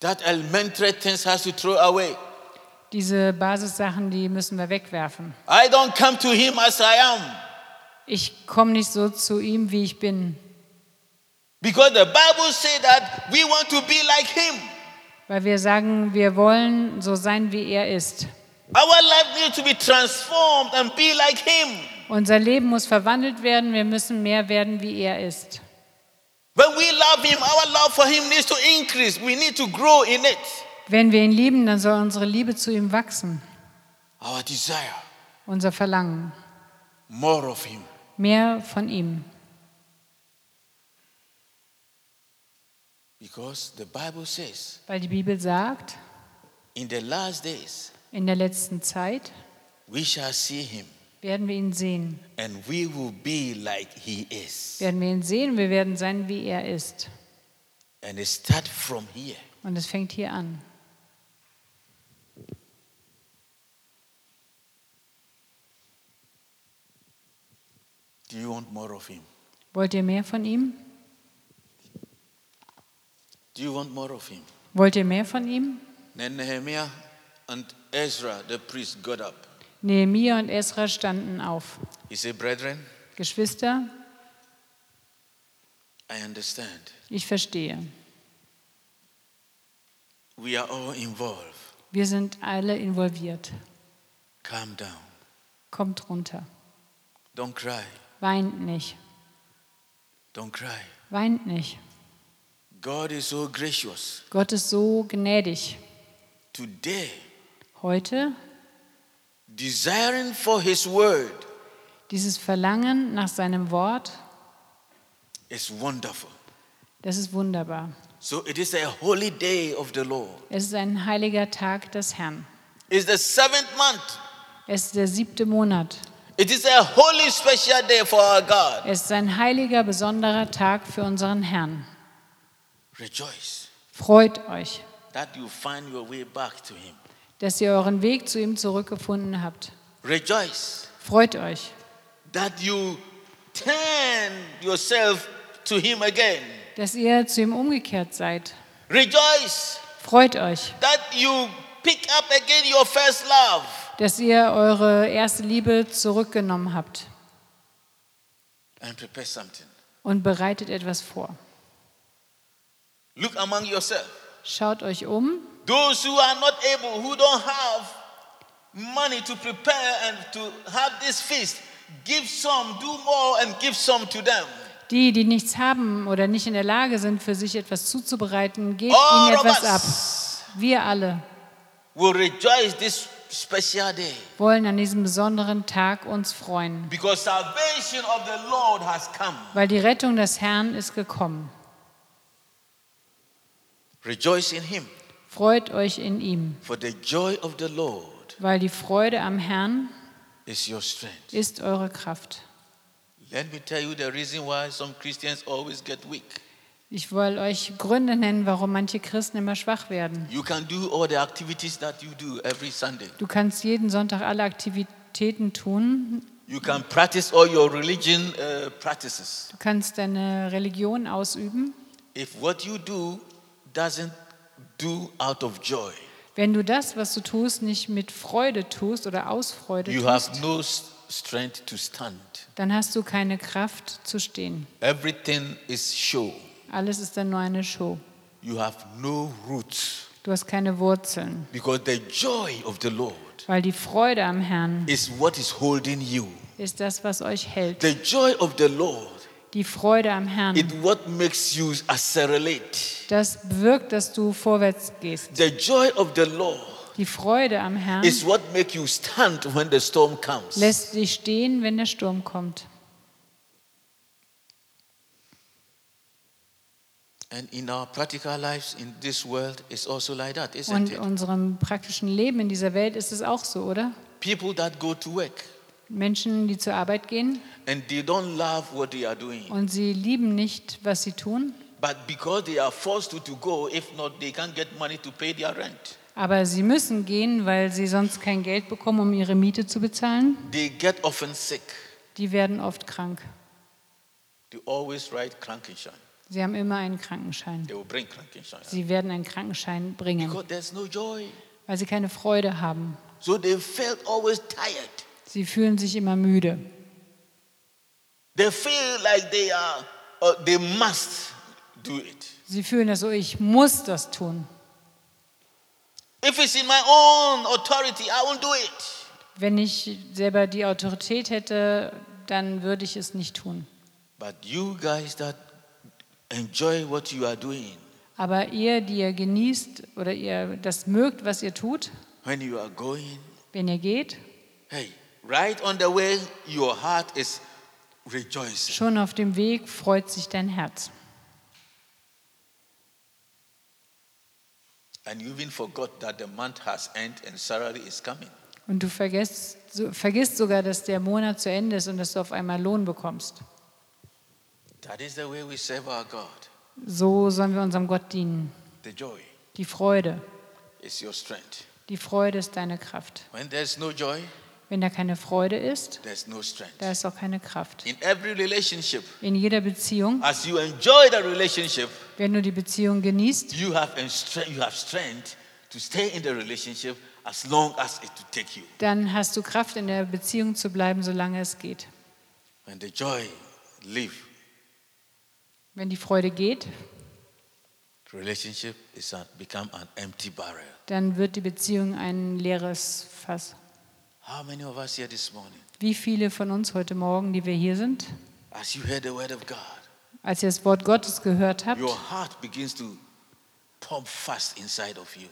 [SPEAKER 1] That elementary things has to throw away.
[SPEAKER 2] diese Basissachen, die müssen wir wegwerfen.
[SPEAKER 1] I don't come to him as I am.
[SPEAKER 2] Ich komme nicht so zu ihm, wie ich bin,
[SPEAKER 1] Because the Bible says that we want to be like him.
[SPEAKER 2] weil wir sagen, wir wollen so sein, wie er ist.
[SPEAKER 1] Our life needs to be transformed and be like him.
[SPEAKER 2] Unser Leben muss verwandelt werden, wir müssen mehr werden, wie er ist.
[SPEAKER 1] When we love him, our love for him needs to increase. We need to grow in it.
[SPEAKER 2] Wenn wir ihn lieben, dann soll unsere Liebe zu ihm wachsen,
[SPEAKER 1] Our desire,
[SPEAKER 2] unser Verlangen,
[SPEAKER 1] more of him.
[SPEAKER 2] mehr von ihm.
[SPEAKER 1] Because the Bible says,
[SPEAKER 2] Weil die Bibel sagt,
[SPEAKER 1] in the last days,
[SPEAKER 2] in der letzten Zeit
[SPEAKER 1] we shall see him
[SPEAKER 2] werden wir ihn sehen.
[SPEAKER 1] and we will be like he is.
[SPEAKER 2] Werden wir ihn sehen, wir werden sein, wie er ist.
[SPEAKER 1] And it starts from here.
[SPEAKER 2] Und es fängt hier an.
[SPEAKER 1] Do you want more of him?
[SPEAKER 2] Wollt ihr mehr von ihm?
[SPEAKER 1] Do you want more of him?
[SPEAKER 2] Wollt ihr mehr von ihm?
[SPEAKER 1] Then Nehemiah and Ezra, the priest, got up.
[SPEAKER 2] Nehemia und Esra standen auf.
[SPEAKER 1] He said, Brethren,
[SPEAKER 2] Geschwister,
[SPEAKER 1] I understand.
[SPEAKER 2] ich verstehe.
[SPEAKER 1] We are all involved.
[SPEAKER 2] Wir sind alle involviert.
[SPEAKER 1] Calm down.
[SPEAKER 2] Kommt runter.
[SPEAKER 1] Don't cry.
[SPEAKER 2] Weint nicht.
[SPEAKER 1] Don't cry.
[SPEAKER 2] Weint nicht.
[SPEAKER 1] God is so gracious.
[SPEAKER 2] Gott ist so gnädig.
[SPEAKER 1] Today,
[SPEAKER 2] Heute
[SPEAKER 1] desiring for his word
[SPEAKER 2] dieses Verlangen nach seinem Wort,
[SPEAKER 1] is wonderful.
[SPEAKER 2] das ist wunderbar.
[SPEAKER 1] So it is a holy day of the Lord.
[SPEAKER 2] Es ist ein heiliger Tag des Herrn.
[SPEAKER 1] It's the seventh month.
[SPEAKER 2] Es ist der siebte Monat.
[SPEAKER 1] It is a holy special day for our God.
[SPEAKER 2] Es ist ein heiliger, besonderer Tag für unseren Herrn.
[SPEAKER 1] Rejoice
[SPEAKER 2] Freut euch,
[SPEAKER 1] that you find your way back to him.
[SPEAKER 2] dass ihr euren Weg zu ihm zurückgefunden habt.
[SPEAKER 1] Rejoice
[SPEAKER 2] Freut euch,
[SPEAKER 1] that you turn yourself to him again.
[SPEAKER 2] dass ihr zu ihm umgekehrt seid.
[SPEAKER 1] Rejoice
[SPEAKER 2] Freut euch,
[SPEAKER 1] that you pick up again your first love.
[SPEAKER 2] dass ihr eure erste Liebe zurückgenommen habt
[SPEAKER 1] And prepare something.
[SPEAKER 2] und bereitet etwas vor.
[SPEAKER 1] Look among yourself.
[SPEAKER 2] Schaut euch um,
[SPEAKER 1] Those who are not able, who don't have money to prepare and to have this feast, give some, do more, and give some to them.
[SPEAKER 2] die, die nichts haben oder nicht in der Lage sind, für sich etwas zuzubereiten, gebt
[SPEAKER 1] All
[SPEAKER 2] ihnen
[SPEAKER 1] of
[SPEAKER 2] etwas ab.
[SPEAKER 1] us
[SPEAKER 2] Wir alle
[SPEAKER 1] will rejoice this special day
[SPEAKER 2] wollen an diesem besonderen Tag uns freuen,
[SPEAKER 1] because salvation of the Lord has come.
[SPEAKER 2] weil die Rettung des Herrn ist gekommen.
[SPEAKER 1] Rejoice in Him,
[SPEAKER 2] Freut euch in ihm,
[SPEAKER 1] for the joy of the Lord
[SPEAKER 2] weil die Freude am Herrn
[SPEAKER 1] is your strength.
[SPEAKER 2] ist eure Kraft.
[SPEAKER 1] Let me tell you the reason why some Christians always get weak.
[SPEAKER 2] Ich will euch Gründe nennen, warum manche Christen immer schwach werden.
[SPEAKER 1] You can do all the activities that you do every Sunday.
[SPEAKER 2] Du kannst jeden Sonntag alle Aktivitäten tun.
[SPEAKER 1] You can practice all your religion uh, practices.
[SPEAKER 2] Du kannst deine Religion ausüben.
[SPEAKER 1] If what you do doesn't do out of joy,
[SPEAKER 2] Wenn du das, was du tust, nicht mit Freude tust oder aus Freude
[SPEAKER 1] you
[SPEAKER 2] tust,
[SPEAKER 1] have no s- strength to stand.
[SPEAKER 2] dann hast du keine Kraft zu stehen.
[SPEAKER 1] Everything is show.
[SPEAKER 2] Alles ist dann nur eine Show.
[SPEAKER 1] You have no roots
[SPEAKER 2] Du hast keine Wurzeln,
[SPEAKER 1] because the joy of the Lord
[SPEAKER 2] weil die Freude am Herrn
[SPEAKER 1] is what is holding you.
[SPEAKER 2] ist das, was euch hält.
[SPEAKER 1] The joy of the Lord
[SPEAKER 2] Die Freude am
[SPEAKER 1] is
[SPEAKER 2] Herrn,
[SPEAKER 1] what makes you accelerate.
[SPEAKER 2] das bewirkt, dass du vorwärts gehst.
[SPEAKER 1] The joy of the Lord
[SPEAKER 2] Die Freude am Herrn
[SPEAKER 1] is what makes you stand when the storm comes.
[SPEAKER 2] lässt dich stehen, wenn der Sturm kommt.
[SPEAKER 1] And in our practical lives in this world, it's also like that, isn't
[SPEAKER 2] Und
[SPEAKER 1] it?
[SPEAKER 2] in unserem praktischen Leben in dieser Welt ist es auch so, oder?
[SPEAKER 1] People that go to work
[SPEAKER 2] Menschen, die zur Arbeit gehen
[SPEAKER 1] and they don't love what they are doing,
[SPEAKER 2] und sie lieben nicht, was sie tun,
[SPEAKER 1] but because they are forced to, to go, if not, they can't get money to pay their rent.
[SPEAKER 2] aber sie müssen gehen, weil sie sonst kein Geld bekommen, um ihre Miete zu bezahlen,
[SPEAKER 1] They get often sick.
[SPEAKER 2] die werden oft krank.
[SPEAKER 1] They always write Krankenschein.
[SPEAKER 2] Sie haben immer einen Krankenschein.
[SPEAKER 1] They will bring Krankenschein.
[SPEAKER 2] Sie werden einen Krankenschein bringen,
[SPEAKER 1] Because there's no joy.
[SPEAKER 2] weil sie keine Freude haben.
[SPEAKER 1] So they felt always tired.
[SPEAKER 2] Sie fühlen sich immer müde.
[SPEAKER 1] They feel like they are, uh, they must do it.
[SPEAKER 2] Sie fühlen das so, ich muss das tun.
[SPEAKER 1] If it's in my own authority, I won't do it.
[SPEAKER 2] Wenn ich selber die Autorität hätte, dann würde ich es nicht tun.
[SPEAKER 1] But you guys that enjoy what you are doing,
[SPEAKER 2] Aber ihr, die ihr genießt oder ihr das mögt, was ihr tut,
[SPEAKER 1] when you are going,
[SPEAKER 2] wenn ihr geht,
[SPEAKER 1] hey, right on the way, your heart is rejoicing.
[SPEAKER 2] schon auf dem Weg freut sich dein Herz.
[SPEAKER 1] And you even forgot that the month has ended and salary is coming.
[SPEAKER 2] Und du vergisst, so, vergisst sogar, dass der Monat zu Ende ist und dass du auf einmal Lohn bekommst.
[SPEAKER 1] That is the way we serve our God.
[SPEAKER 2] So sollen wir unserem Gott dienen.
[SPEAKER 1] The joy
[SPEAKER 2] Die Freude.
[SPEAKER 1] is your strength.
[SPEAKER 2] Die Freude ist deine Kraft.
[SPEAKER 1] When there's no joy,
[SPEAKER 2] Wenn da keine Freude ist,
[SPEAKER 1] there's no strength.
[SPEAKER 2] da ist auch keine Kraft.
[SPEAKER 1] In every relationship,
[SPEAKER 2] In jeder Beziehung,
[SPEAKER 1] as you enjoy the relationship,
[SPEAKER 2] wenn du die Beziehung genießt,
[SPEAKER 1] you have, en- stre- you have strength to stay in the relationship as long as it will take you.
[SPEAKER 2] dann hast du Kraft, in der Beziehung zu bleiben, solange es geht.
[SPEAKER 1] When the joy leaves,
[SPEAKER 2] Wenn die Freude geht,
[SPEAKER 1] Relationship is a, become an empty barrel.
[SPEAKER 2] dann wird die Beziehung ein leeres Fass.
[SPEAKER 1] How many of us here this morning,
[SPEAKER 2] Wie viele von uns heute Morgen, die wir hier sind,
[SPEAKER 1] as you hear the word of God,
[SPEAKER 2] als ihr das Wort Gottes gehört habt,
[SPEAKER 1] your heart begins to pump fast inside of you.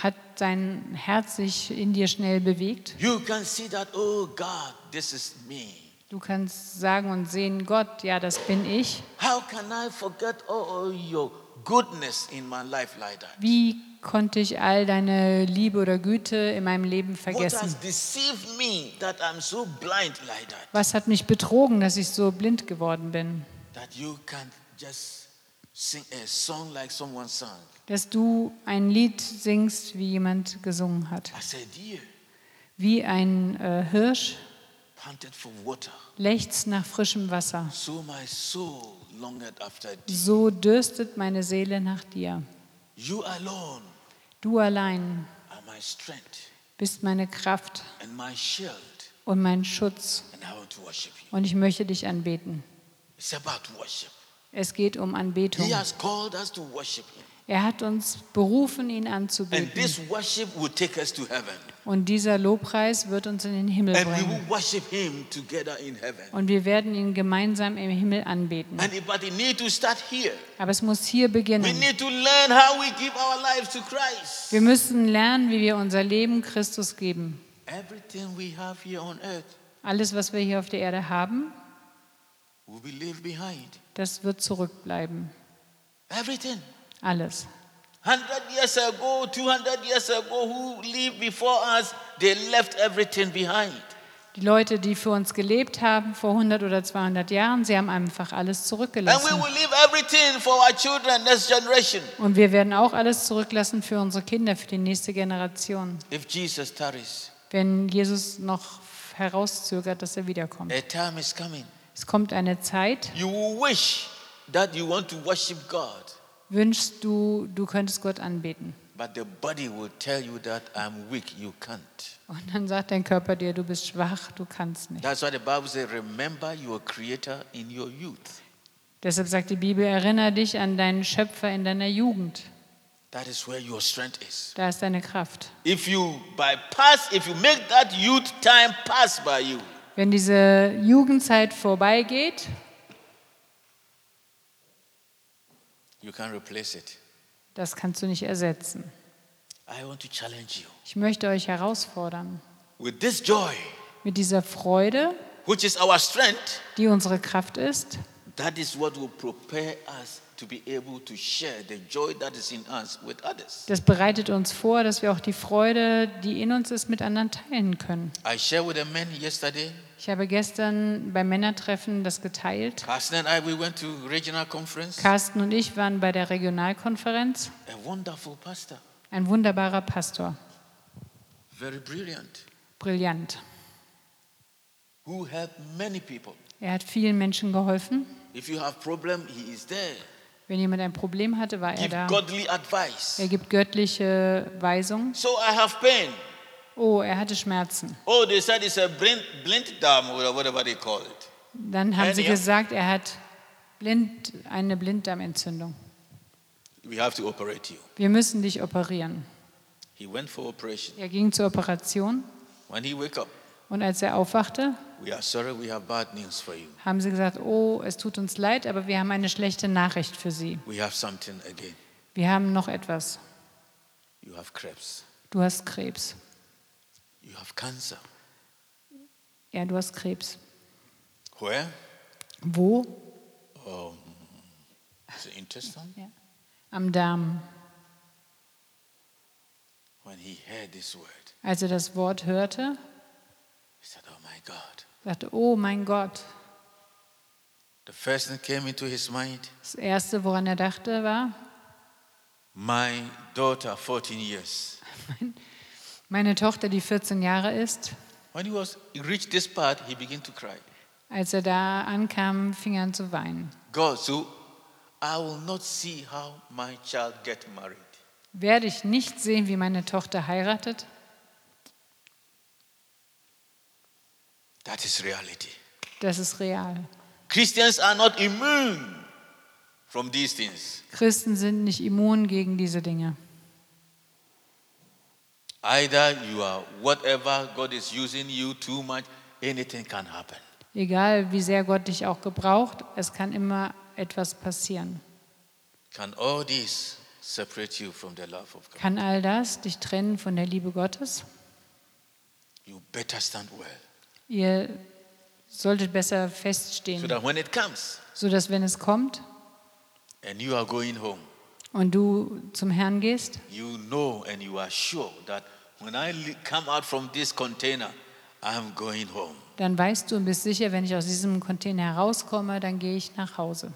[SPEAKER 2] hat dein Herz sich in dir schnell bewegt?
[SPEAKER 1] You can see that, oh God, this is me.
[SPEAKER 2] Du kannst sagen und sehen, Gott, ja, das bin ich.
[SPEAKER 1] How can I forget all your goodness in my life like that?
[SPEAKER 2] Wie konnte ich all deine Liebe oder Güte in meinem Leben
[SPEAKER 1] What has
[SPEAKER 2] vergessen?
[SPEAKER 1] deceived me that I'm so blind like that?
[SPEAKER 2] Was hat mich betrogen, dass ich so blind geworden bin?
[SPEAKER 1] That you can just sing a song like someone sang.
[SPEAKER 2] Dass du ein Lied singst, wie jemand gesungen hat.
[SPEAKER 1] I said, dear,
[SPEAKER 2] Wie ein äh, Hirsch
[SPEAKER 1] panted for water.
[SPEAKER 2] lechzt nach frischem Wasser.
[SPEAKER 1] So my soul longeth after thee.
[SPEAKER 2] So dürstet meine Seele nach dir.
[SPEAKER 1] You alone
[SPEAKER 2] Du allein
[SPEAKER 1] are my strength
[SPEAKER 2] bist meine Kraft
[SPEAKER 1] and my shield,
[SPEAKER 2] und mein Schutz.
[SPEAKER 1] and I want to worship you.
[SPEAKER 2] Und ich möchte dich anbeten.
[SPEAKER 1] It's about worship.
[SPEAKER 2] Es geht um
[SPEAKER 1] He
[SPEAKER 2] Anbetung.
[SPEAKER 1] has called us to worship Him.
[SPEAKER 2] Er hat uns berufen, ihn
[SPEAKER 1] And
[SPEAKER 2] anzubeten.
[SPEAKER 1] this worship will take us to heaven.
[SPEAKER 2] Und dieser Lobpreis wird uns in den Himmel
[SPEAKER 1] And we will
[SPEAKER 2] bringen.
[SPEAKER 1] worship Him together in heaven.
[SPEAKER 2] Und wir werden ihn gemeinsam im Himmel anbeten.
[SPEAKER 1] And but we need to start here.
[SPEAKER 2] Aber es muss hier
[SPEAKER 1] We
[SPEAKER 2] beginnen.
[SPEAKER 1] need to learn how we give our lives to Christ.
[SPEAKER 2] Wir müssen lernen, wie wir unser Leben Christus geben.
[SPEAKER 1] Everything we have here on earth
[SPEAKER 2] Alles, was wir hier auf der Erde haben,
[SPEAKER 1] will be left behind.
[SPEAKER 2] das wird zurückbleiben.
[SPEAKER 1] Everything.
[SPEAKER 2] Alles.
[SPEAKER 1] 100 years ago, 200 years ago, who lived before us, they left everything behind.
[SPEAKER 2] Die Leute, die für uns gelebt haben vor 100 oder 200 Jahren, sie haben einfach alles
[SPEAKER 1] And we
[SPEAKER 2] zurückgelassen.
[SPEAKER 1] will leave everything for our children, next generation,
[SPEAKER 2] Und wir werden auch alles zurücklassen für unsere Kinder, für die nächste Generation,
[SPEAKER 1] if Jesus tarries.
[SPEAKER 2] wenn Jesus noch herauszögert, dass er wiederkommt.
[SPEAKER 1] A time is coming.
[SPEAKER 2] Es kommt eine Zeit,
[SPEAKER 1] You will wish that you want to worship God,
[SPEAKER 2] wünschst du, du könntest Gott anbeten.
[SPEAKER 1] but the body will tell you that I'm weak, you can't.
[SPEAKER 2] Und dann sagt dein Körper dir, du bist schwach, du kannst nicht.
[SPEAKER 1] That's why the Bible says, remember your Creator in your youth.
[SPEAKER 2] Deshalb sagt die Bibel, erinnere dich an deinen Schöpfer in deiner Jugend.
[SPEAKER 1] That is where your strength is.
[SPEAKER 2] Da ist deine Kraft.
[SPEAKER 1] If you bypass, if you make that youth time pass by you,
[SPEAKER 2] Wenn diese Jugendzeit vorbeigeht,
[SPEAKER 1] you can't replace it.
[SPEAKER 2] das kannst du nicht ersetzen.
[SPEAKER 1] I want to challenge you
[SPEAKER 2] Ich möchte euch herausfordern,
[SPEAKER 1] with this joy,
[SPEAKER 2] mit dieser Freude,
[SPEAKER 1] which is our strength.
[SPEAKER 2] die unsere Kraft ist,
[SPEAKER 1] That is what will prepare us to be able to share the joy that is in us with others.
[SPEAKER 2] das bereitet uns vor, dass wir auch die Freude, die in uns ist, mit anderen teilen können.
[SPEAKER 1] I shared with the men yesterday.
[SPEAKER 2] Ich habe gestern beim Männertreffen das geteilt.
[SPEAKER 1] Carsten and I, we went to regional conference.
[SPEAKER 2] Carsten und ich waren bei der Regionalkonferenz.
[SPEAKER 1] A wonderful pastor,
[SPEAKER 2] Ein wunderbarer Pastor,
[SPEAKER 1] very brilliant,
[SPEAKER 2] brillant.
[SPEAKER 1] who helped many people.
[SPEAKER 2] Er hat vielen Menschen geholfen.
[SPEAKER 1] If you have problem, he is there.
[SPEAKER 2] Wenn jemand ein Problem hatte, war er
[SPEAKER 1] Give
[SPEAKER 2] da.
[SPEAKER 1] godly advice.
[SPEAKER 2] Er gibt göttliche Weisungen.
[SPEAKER 1] So I have pain.
[SPEAKER 2] Oh, er hatte Schmerzen.
[SPEAKER 1] Oh, they said it's a blind, blind dam or whatever they call it.
[SPEAKER 2] Dann haben
[SPEAKER 1] Herr,
[SPEAKER 2] sie
[SPEAKER 1] ja.
[SPEAKER 2] gesagt, er hat blind, eine Blinddarmentzündung.
[SPEAKER 1] We have to operate you.
[SPEAKER 2] Wir müssen dich operieren.
[SPEAKER 1] He went for operation.
[SPEAKER 2] Er ging zur Operation
[SPEAKER 1] When he wake up,
[SPEAKER 2] und als er aufwachte,
[SPEAKER 1] we are sorry we have bad news for you.
[SPEAKER 2] haben sie gesagt, oh, es tut uns leid, aber wir haben eine schlechte Nachricht für Sie.
[SPEAKER 1] We have something again.
[SPEAKER 2] Wir haben noch etwas.
[SPEAKER 1] You have Krebs.
[SPEAKER 2] Du hast Krebs.
[SPEAKER 1] You have cancer.
[SPEAKER 2] Ja, du hast Krebs.
[SPEAKER 1] Where?
[SPEAKER 2] Wo?
[SPEAKER 1] Um, the intestine.
[SPEAKER 2] Ja. Am Darm.
[SPEAKER 1] When he heard this word,
[SPEAKER 2] Als er das Wort hörte,
[SPEAKER 1] he said, "Oh my God."
[SPEAKER 2] sagte, oh mein Gott.
[SPEAKER 1] The first thing came into his mind:
[SPEAKER 2] Das Erste, woran er dachte, war,
[SPEAKER 1] my daughter, 14 years.
[SPEAKER 2] meine Tochter, die 14 Jahre ist,
[SPEAKER 1] When he was he reached this part, he began to cry.
[SPEAKER 2] als er da ankam, fing er an zu weinen.
[SPEAKER 1] God, so I will not see how my child get married.
[SPEAKER 2] Werde ich nicht sehen, wie meine Tochter heiratet?
[SPEAKER 1] That is reality.
[SPEAKER 2] Das ist real.
[SPEAKER 1] Christians are not immune from these things.
[SPEAKER 2] Christen sind nicht immun gegen diese Dinge.
[SPEAKER 1] Either you are whatever God is using you too much, anything can happen.
[SPEAKER 2] Egal, wie sehr Gott dich auch gebraucht, es kann immer etwas passieren.
[SPEAKER 1] Can all this separate you from the love of God?
[SPEAKER 2] Kann all das dich trennen von der Liebe Gottes?
[SPEAKER 1] You better stand well
[SPEAKER 2] Ihr solltet besser
[SPEAKER 1] so
[SPEAKER 2] feststehen,
[SPEAKER 1] that when it comes
[SPEAKER 2] sodass wenn es kommt
[SPEAKER 1] and you are going home,
[SPEAKER 2] und du zum Herrn gehst,
[SPEAKER 1] you know and you are sure that when I le- come out from this container, I'm going home.
[SPEAKER 2] dann weißt du und bist sicher, wenn ich aus diesem Container herauskomme, dann gehe ich nach Hause.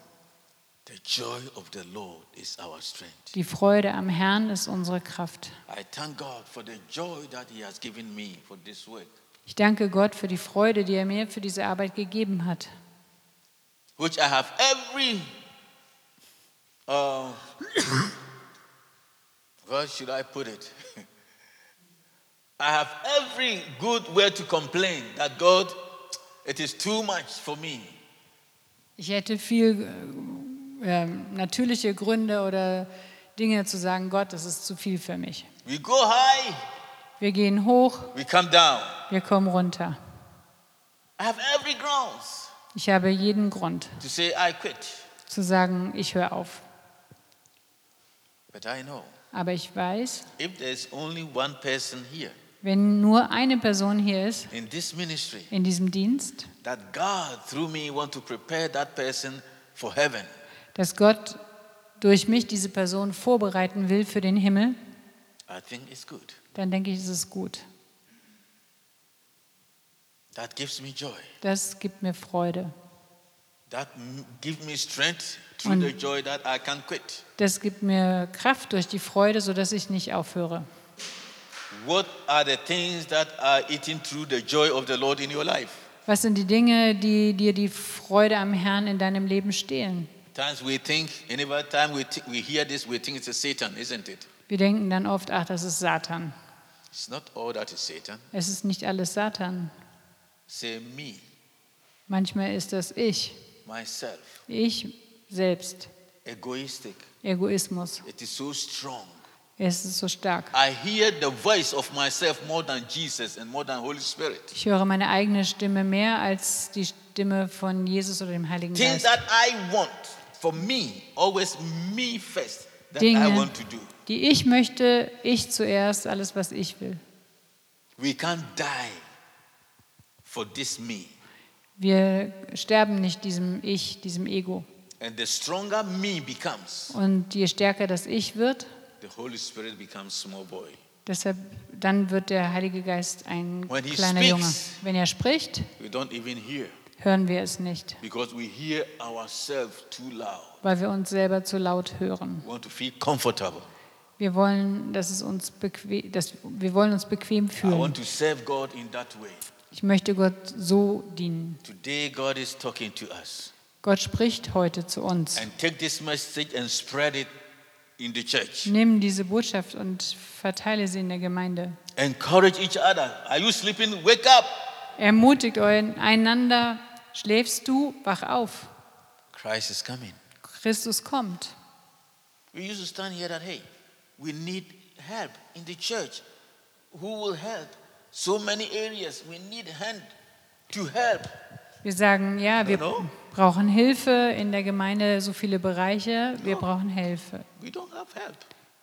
[SPEAKER 1] The joy of the Lord is our strength.
[SPEAKER 2] Die Freude am Herrn ist unsere Kraft.
[SPEAKER 1] I thank God for the joy that He has given me for this work,
[SPEAKER 2] Ich danke Gott für die Freude, die er mir für diese Arbeit gegeben hat.
[SPEAKER 1] which I have every. Uh, where should I put it? I have every good way to complain that God, it is too much for me.
[SPEAKER 2] Ich hätte viel äh, ähm, natürliche Gründe oder Dinge zu sagen, Gott, das ist zu viel für mich.
[SPEAKER 1] We go high,
[SPEAKER 2] Wir gehen hoch,
[SPEAKER 1] we come down.
[SPEAKER 2] wir kommen runter.
[SPEAKER 1] I have every grounds
[SPEAKER 2] Ich habe jeden Grund
[SPEAKER 1] to say I quit,
[SPEAKER 2] zu sagen, ich höre auf.
[SPEAKER 1] but I know
[SPEAKER 2] Aber ich weiß,
[SPEAKER 1] if there's only one person here
[SPEAKER 2] wenn nur eine Person hier ist
[SPEAKER 1] in this ministry
[SPEAKER 2] in diesem Dienst,
[SPEAKER 1] that God through me want to prepare that person for heaven.
[SPEAKER 2] dass Gott durch mich diese Person vorbereiten will für den Himmel,
[SPEAKER 1] I think it's good.
[SPEAKER 2] dann denke ich, es ist gut.
[SPEAKER 1] That gives me joy.
[SPEAKER 2] Das gibt mir Freude.
[SPEAKER 1] That m- gives me strength through the joy that I can quit.
[SPEAKER 2] Das gibt mir Kraft durch die Freude, sodass ich nicht aufhöre.
[SPEAKER 1] What are the things that are eating through the joy of the Lord in your life?
[SPEAKER 2] Was sind die Dinge, die dir die Freude am Herrn in deinem Leben stehlen?
[SPEAKER 1] Times we think, and every time we, thi- we hear this, we think it's a Satan, isn't it?
[SPEAKER 2] Wir denken dann oft, ach, das ist Satan.
[SPEAKER 1] It's not all that is Satan.
[SPEAKER 2] Es ist nicht alles Satan.
[SPEAKER 1] Say me,
[SPEAKER 2] Manchmal ist das ich,
[SPEAKER 1] myself,
[SPEAKER 2] ich selbst.
[SPEAKER 1] egoistic.
[SPEAKER 2] Egoismus.
[SPEAKER 1] It is so strong.
[SPEAKER 2] Es ist so stark.
[SPEAKER 1] I hear the voice of myself more than Jesus and more than Holy Spirit.
[SPEAKER 2] Ich höre meine eigene Stimme mehr als die Stimme von Jesus oder dem Heiligen
[SPEAKER 1] Things
[SPEAKER 2] Geist.
[SPEAKER 1] that I want for me, always me first, that I
[SPEAKER 2] Dinge.
[SPEAKER 1] want to do.
[SPEAKER 2] Die ich möchte, ich zuerst, alles, was ich will.
[SPEAKER 1] We can't die for this me.
[SPEAKER 2] Wir sterben nicht diesem Ich, diesem Ego.
[SPEAKER 1] And the stronger me becomes,
[SPEAKER 2] Und je stärker das Ich wird,
[SPEAKER 1] the Holy Spirit becomes small boy.
[SPEAKER 2] deshalb dann wird der Heilige Geist ein
[SPEAKER 1] When he
[SPEAKER 2] kleiner
[SPEAKER 1] speaks.
[SPEAKER 2] Junge. Wenn er spricht,
[SPEAKER 1] We don't even hear
[SPEAKER 2] hören wir es nicht,
[SPEAKER 1] because we hear ourselves too loud.
[SPEAKER 2] weil wir uns selber zu laut hören.
[SPEAKER 1] We want to feel comfortable.
[SPEAKER 2] Wir wollen, dass es uns bequem, dass, wir wollen uns bequem
[SPEAKER 1] I want
[SPEAKER 2] fühlen.
[SPEAKER 1] to serve God in that way.
[SPEAKER 2] Ich möchte Gott so dienen.
[SPEAKER 1] Today, God is talking to us.
[SPEAKER 2] Gott spricht heute zu uns.
[SPEAKER 1] And take this message and spread it in the church.
[SPEAKER 2] Nimm diese Botschaft und verteile sie in der Gemeinde.
[SPEAKER 1] Encourage each other. Are you sleeping? Wake up.
[SPEAKER 2] Ermutigt euch einander. Schläfst du, wach auf.
[SPEAKER 1] Christ is coming.
[SPEAKER 2] Christus kommt.
[SPEAKER 1] We used to stand here that, hey, we need help in the church. Who will help? So many areas. We need hand to help.
[SPEAKER 2] Wir sagen, ja, wir
[SPEAKER 1] No, no.
[SPEAKER 2] brauchen Hilfe in der Gemeinde, so viele Bereiche, wir
[SPEAKER 1] No.
[SPEAKER 2] brauchen Hilfe.
[SPEAKER 1] We don't have help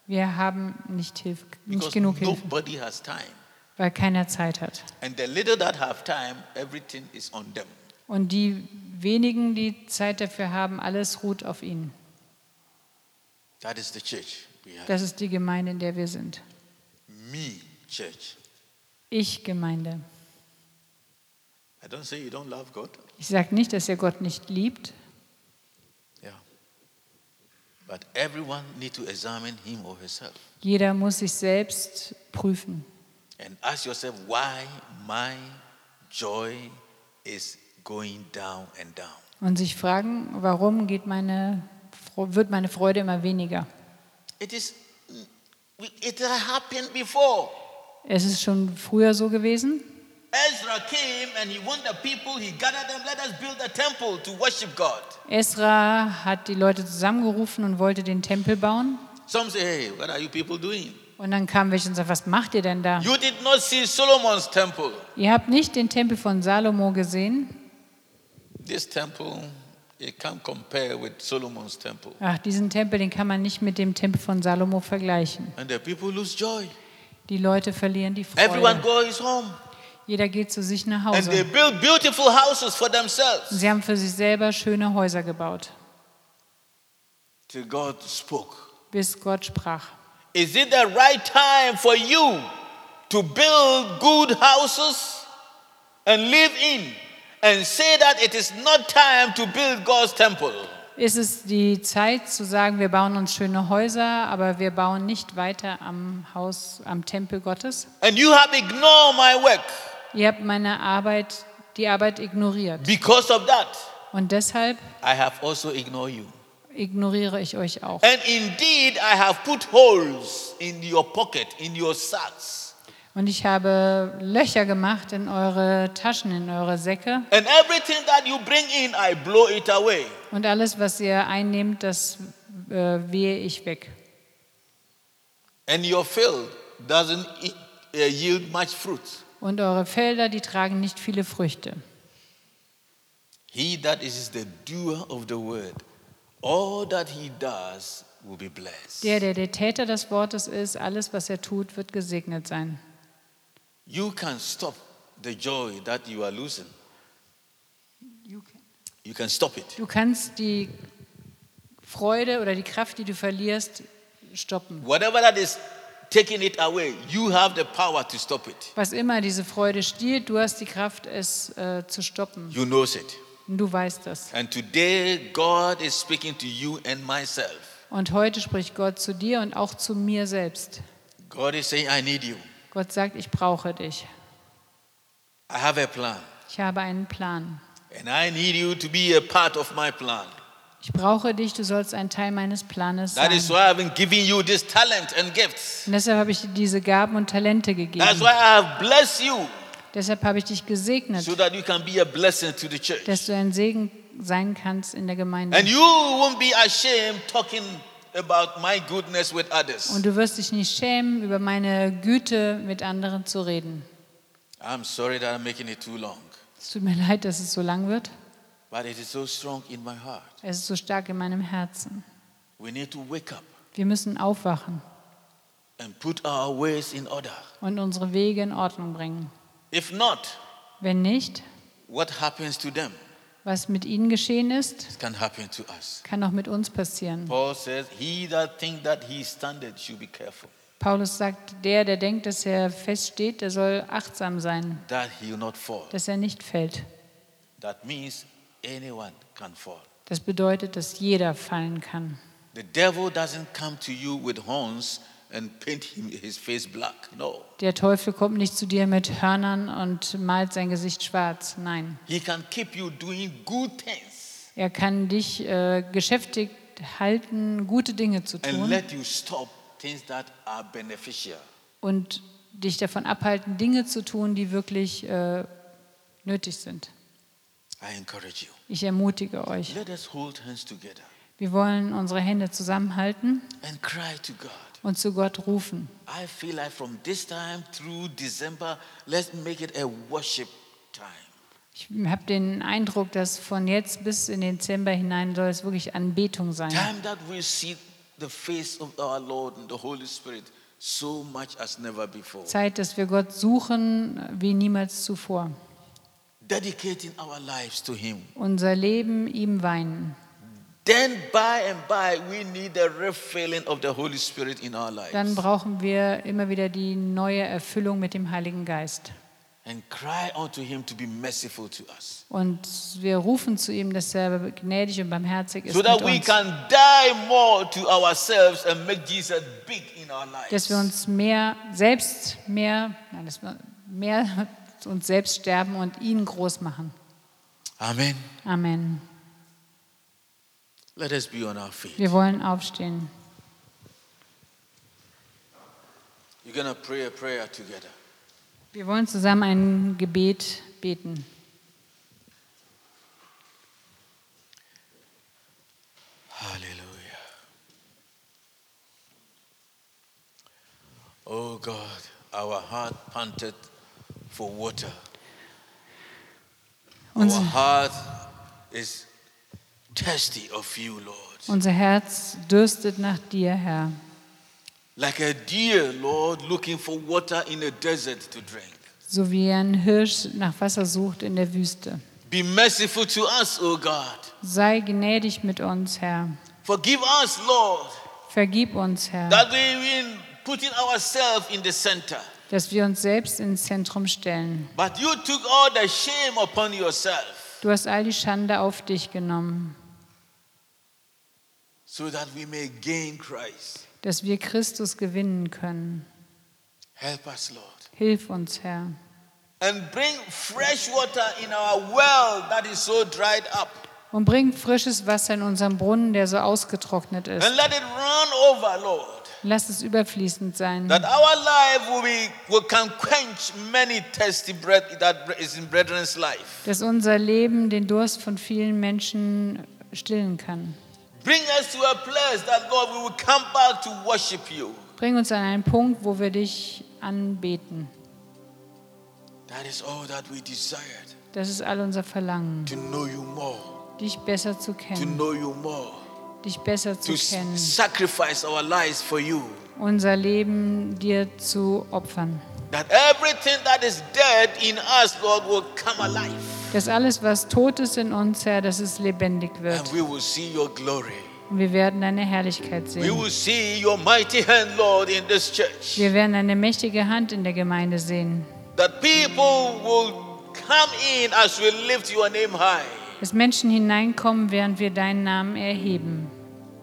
[SPEAKER 2] Wir haben nicht, Hilfe, nicht
[SPEAKER 1] because
[SPEAKER 2] genug Hilfe,
[SPEAKER 1] nobody has time.
[SPEAKER 2] weil keiner Zeit hat.
[SPEAKER 1] And the little that have time, everything is on them.
[SPEAKER 2] Und die wenigen, die Zeit dafür haben, alles ruht auf ihnen.
[SPEAKER 1] That is the church. We have
[SPEAKER 2] Das ist die Gemeinde, in der wir sind.
[SPEAKER 1] me church.
[SPEAKER 2] Ich Gemeinde.
[SPEAKER 1] I don't say you don't love God.
[SPEAKER 2] Ich sage nicht, dass ihr Gott nicht liebt,
[SPEAKER 1] Yeah. But everyone need to examine him or herself
[SPEAKER 2] jeder muss sich selbst prüfen.
[SPEAKER 1] and ask yourself why my joy is going down and down.
[SPEAKER 2] und sich fragen, warum geht meine, Fre- wird meine Freude immer weniger?
[SPEAKER 1] It is it had happened before.
[SPEAKER 2] Es ist schon früher so gewesen.
[SPEAKER 1] Ezra came and he won the people, he gathered them, let us build a temple to worship God.
[SPEAKER 2] Esra hat die Leute zusammengerufen und wollte den Tempel bauen.
[SPEAKER 1] Some say, hey, what are you people doing?
[SPEAKER 2] Und dann kamen welche und sagten, was macht ihr denn da?
[SPEAKER 1] You did not see Solomon's temple.
[SPEAKER 2] Ihr habt nicht den Tempel von Salomo gesehen.
[SPEAKER 1] This temple, it can't compare with Solomon's temple.
[SPEAKER 2] Ach, diesen Tempel, den kann man nicht mit dem Tempel von Salomo vergleichen.
[SPEAKER 1] And the people lose joy.
[SPEAKER 2] Die Leute verlieren die
[SPEAKER 1] Everyone
[SPEAKER 2] Freude.
[SPEAKER 1] goes home.
[SPEAKER 2] Jeder geht zu sich nach
[SPEAKER 1] And they
[SPEAKER 2] Hause.
[SPEAKER 1] build beautiful houses for
[SPEAKER 2] Und
[SPEAKER 1] themselves.
[SPEAKER 2] sie haben für sich selber schöne Häuser gebaut,
[SPEAKER 1] Till God spoke.
[SPEAKER 2] bis Gott sprach.
[SPEAKER 1] Is it the right time for you to build good houses and live in and say that it is not time to build God's temple?
[SPEAKER 2] ist es die Zeit zu sagen, wir bauen uns schöne Häuser, aber wir bauen nicht weiter am Haus, am Tempel Gottes.
[SPEAKER 1] And you have ignored my work
[SPEAKER 2] Ihr habt meine Arbeit, die Arbeit ignoriert.
[SPEAKER 1] because of that.
[SPEAKER 2] Und deshalb
[SPEAKER 1] I have also ignored you.
[SPEAKER 2] ignoriere ich euch auch.
[SPEAKER 1] And indeed, I have put holes in your pocket, in your sacks.
[SPEAKER 2] Und ich habe Löcher gemacht in eure Taschen, in eure Säcke.
[SPEAKER 1] And everything that you bring in, I blow it away.
[SPEAKER 2] Und alles, was ihr einnehmt, das äh, wehe ich weg.
[SPEAKER 1] And your field doesn't e- uh, yield much fruit.
[SPEAKER 2] Und eure Felder, die tragen nicht viele Früchte.
[SPEAKER 1] He that is the doer of the word, all that he does will be blessed.
[SPEAKER 2] Der, der der Täter des Wortes ist, alles, was er tut, wird gesegnet sein.
[SPEAKER 1] You can stop the joy that you are losing. You can stop it.
[SPEAKER 2] Du kannst die Freude oder die Kraft, die du verlierst, stoppen.
[SPEAKER 1] Whatever that is taking it away, you have the power to stop it.
[SPEAKER 2] Was immer diese Freude stiehlt, du hast die Kraft, es äh, zu stoppen.
[SPEAKER 1] You knows it.
[SPEAKER 2] Und du weißt das.
[SPEAKER 1] And today, God is speaking to you and myself.
[SPEAKER 2] Und heute spricht Gott zu dir und auch zu mir selbst.
[SPEAKER 1] God is saying, I need you.
[SPEAKER 2] Gott sagt, ich brauche dich.
[SPEAKER 1] I have a plan.
[SPEAKER 2] Ich habe einen Plan.
[SPEAKER 1] And I need you to be a part of my plan.
[SPEAKER 2] Ich brauche dich, du sollst ein Teil meines Planes sein.
[SPEAKER 1] That is why I've been giving you this talent and gifts.
[SPEAKER 2] Und deshalb habe ich dir diese Gaben und Talente
[SPEAKER 1] That's
[SPEAKER 2] gegeben.
[SPEAKER 1] why I have blessed you
[SPEAKER 2] Deshalb habe ich dich gesegnet,
[SPEAKER 1] so that you can be a blessing to the church.
[SPEAKER 2] dass du ein Segen sein kannst in der Gemeinde.
[SPEAKER 1] And you won't be ashamed talking about my goodness with others.
[SPEAKER 2] Und du wirst dich nicht schämen, über meine Güte mit anderen zu reden.
[SPEAKER 1] I'm sorry that I'm making it too long,
[SPEAKER 2] Es tut mir leid, dass es so lang wird.
[SPEAKER 1] but it is so strong in my heart.
[SPEAKER 2] Es ist so stark in meinem Herzen.
[SPEAKER 1] We need to wake up
[SPEAKER 2] Wir müssen aufwachen
[SPEAKER 1] and put our ways in order.
[SPEAKER 2] und unsere Wege in Ordnung bringen.
[SPEAKER 1] If not,
[SPEAKER 2] Wenn nicht,
[SPEAKER 1] what happens to them
[SPEAKER 2] was mit ihnen geschehen ist,
[SPEAKER 1] can happen to us.
[SPEAKER 2] kann auch mit uns passieren.
[SPEAKER 1] Paul says, He that think that he standeth should be careful,
[SPEAKER 2] Paulus sagt, der, der denkt, dass er feststeht, der soll achtsam sein,
[SPEAKER 1] that he will not fall.
[SPEAKER 2] dass er nicht fällt.
[SPEAKER 1] That means anyone can fall.
[SPEAKER 2] Das bedeutet, dass jeder fallen kann.
[SPEAKER 1] The devil doesn't come to you with horns and paint him, his face black. No.
[SPEAKER 2] Der Teufel kommt nicht zu dir mit Hörnern und malt sein Gesicht schwarz. Nein,
[SPEAKER 1] He can keep you doing good things
[SPEAKER 2] er kann dich äh, geschäftigt halten, gute Dinge zu
[SPEAKER 1] and
[SPEAKER 2] tun
[SPEAKER 1] let you stop things that are beneficial.
[SPEAKER 2] und dich davon abhalten, Dinge zu tun, die wirklich äh, nötig sind.
[SPEAKER 1] I encourage you.
[SPEAKER 2] Ich ermutige euch.
[SPEAKER 1] Let us hold hands together
[SPEAKER 2] Wir wollen unsere Hände zusammenhalten
[SPEAKER 1] and cry to God.
[SPEAKER 2] und zu Gott rufen.
[SPEAKER 1] I feel like from this time through December, let's make it a worship time.
[SPEAKER 2] Ich habe den Eindruck, dass von jetzt bis in den Dezember hinein soll es wirklich Anbetung sein.
[SPEAKER 1] Time that we see the face of our Lord and the Holy Spirit so much as never before.
[SPEAKER 2] Zeit, dass wir Gott suchen wie niemals zuvor.
[SPEAKER 1] Dedicating our lives to Him.
[SPEAKER 2] Unser Leben ihm weihen.
[SPEAKER 1] Then, by and by, we need the refilling of the Holy Spirit in our lives.
[SPEAKER 2] Dann brauchen wir immer wieder die neue Erfüllung mit dem Heiligen Geist.
[SPEAKER 1] and cry unto him to be merciful to us
[SPEAKER 2] Und wir rufen zu ihm, dass er gnädig und barmherzig ist
[SPEAKER 1] so that we
[SPEAKER 2] mit uns.
[SPEAKER 1] can die more to ourselves and make jesus big in our
[SPEAKER 2] Dass
[SPEAKER 1] lives
[SPEAKER 2] wir uns mehr selbst, mehr, nein, dass wir mehr zu uns selbst sterben und ihn groß machen.
[SPEAKER 1] amen
[SPEAKER 2] Amen.
[SPEAKER 1] let us be on our feet
[SPEAKER 2] Wir wollen aufstehen.
[SPEAKER 1] you're going to pray a prayer together
[SPEAKER 2] Wir wollen zusammen ein Gebet beten.
[SPEAKER 1] hallelujah oh god our heart panted for water our
[SPEAKER 2] Unser,
[SPEAKER 1] heart is thirsty of you lord
[SPEAKER 2] unser Herz dürstet nach dir, Herr.
[SPEAKER 1] Like a deer, Lord, looking for water in a desert to drink.
[SPEAKER 2] so wie ein Hirsch nach Wasser sucht in der Wüste.
[SPEAKER 1] Be merciful to us, O God.
[SPEAKER 2] Sei gnädig mit uns, Herr.
[SPEAKER 1] Forgive us, Lord,
[SPEAKER 2] Vergib uns, Herr,
[SPEAKER 1] that we in putting ourselves in the center.
[SPEAKER 2] dass wir uns selbst ins Zentrum stellen.
[SPEAKER 1] But you took all the shame upon yourself
[SPEAKER 2] Du hast all die Schande auf dich genommen,
[SPEAKER 1] so that we may gain Christ.
[SPEAKER 2] dass wir Christus gewinnen können.
[SPEAKER 1] Help us, Lord.
[SPEAKER 2] Hilf uns, Herr,
[SPEAKER 1] And bring fresh water in our well that is so dried up.
[SPEAKER 2] und bring frisches Wasser in unseren Brunnen, der so ausgetrocknet
[SPEAKER 1] And
[SPEAKER 2] ist.
[SPEAKER 1] let it run over, Lord.
[SPEAKER 2] Lass es überfließend sein,
[SPEAKER 1] That our life will be will can quench many thirsty breath that is in brethren's life.
[SPEAKER 2] dass unser Leben den Durst von vielen Menschen stillen kann.
[SPEAKER 1] Bring us to a place that, Lord, we will come back to worship you.
[SPEAKER 2] Bring uns an einen Punkt, wo wir dich anbeten.
[SPEAKER 1] That is all that we desired
[SPEAKER 2] Das ist all unser Verlangen.
[SPEAKER 1] to know you more,
[SPEAKER 2] dich besser zu
[SPEAKER 1] to
[SPEAKER 2] kennen,
[SPEAKER 1] know you more,
[SPEAKER 2] dich besser zu
[SPEAKER 1] to s-
[SPEAKER 2] kennen,
[SPEAKER 1] sacrifice our lives for you.
[SPEAKER 2] unser Leben dir zu opfern.
[SPEAKER 1] That everything that is dead in us, Lord, will come alive.
[SPEAKER 2] Dass alles, was tot ist in uns, Herr, dass es lebendig
[SPEAKER 1] And
[SPEAKER 2] wird.
[SPEAKER 1] we will see your glory.
[SPEAKER 2] und wir werden deine Herrlichkeit
[SPEAKER 1] We
[SPEAKER 2] sehen.
[SPEAKER 1] will see your mighty hand, Lord, in this church.
[SPEAKER 2] Wir werden eine mächtige Hand in der Gemeinde sehen.
[SPEAKER 1] That people will come in as we lift your name high.
[SPEAKER 2] Dass Menschen hineinkommen, während wir deinen Namen erheben.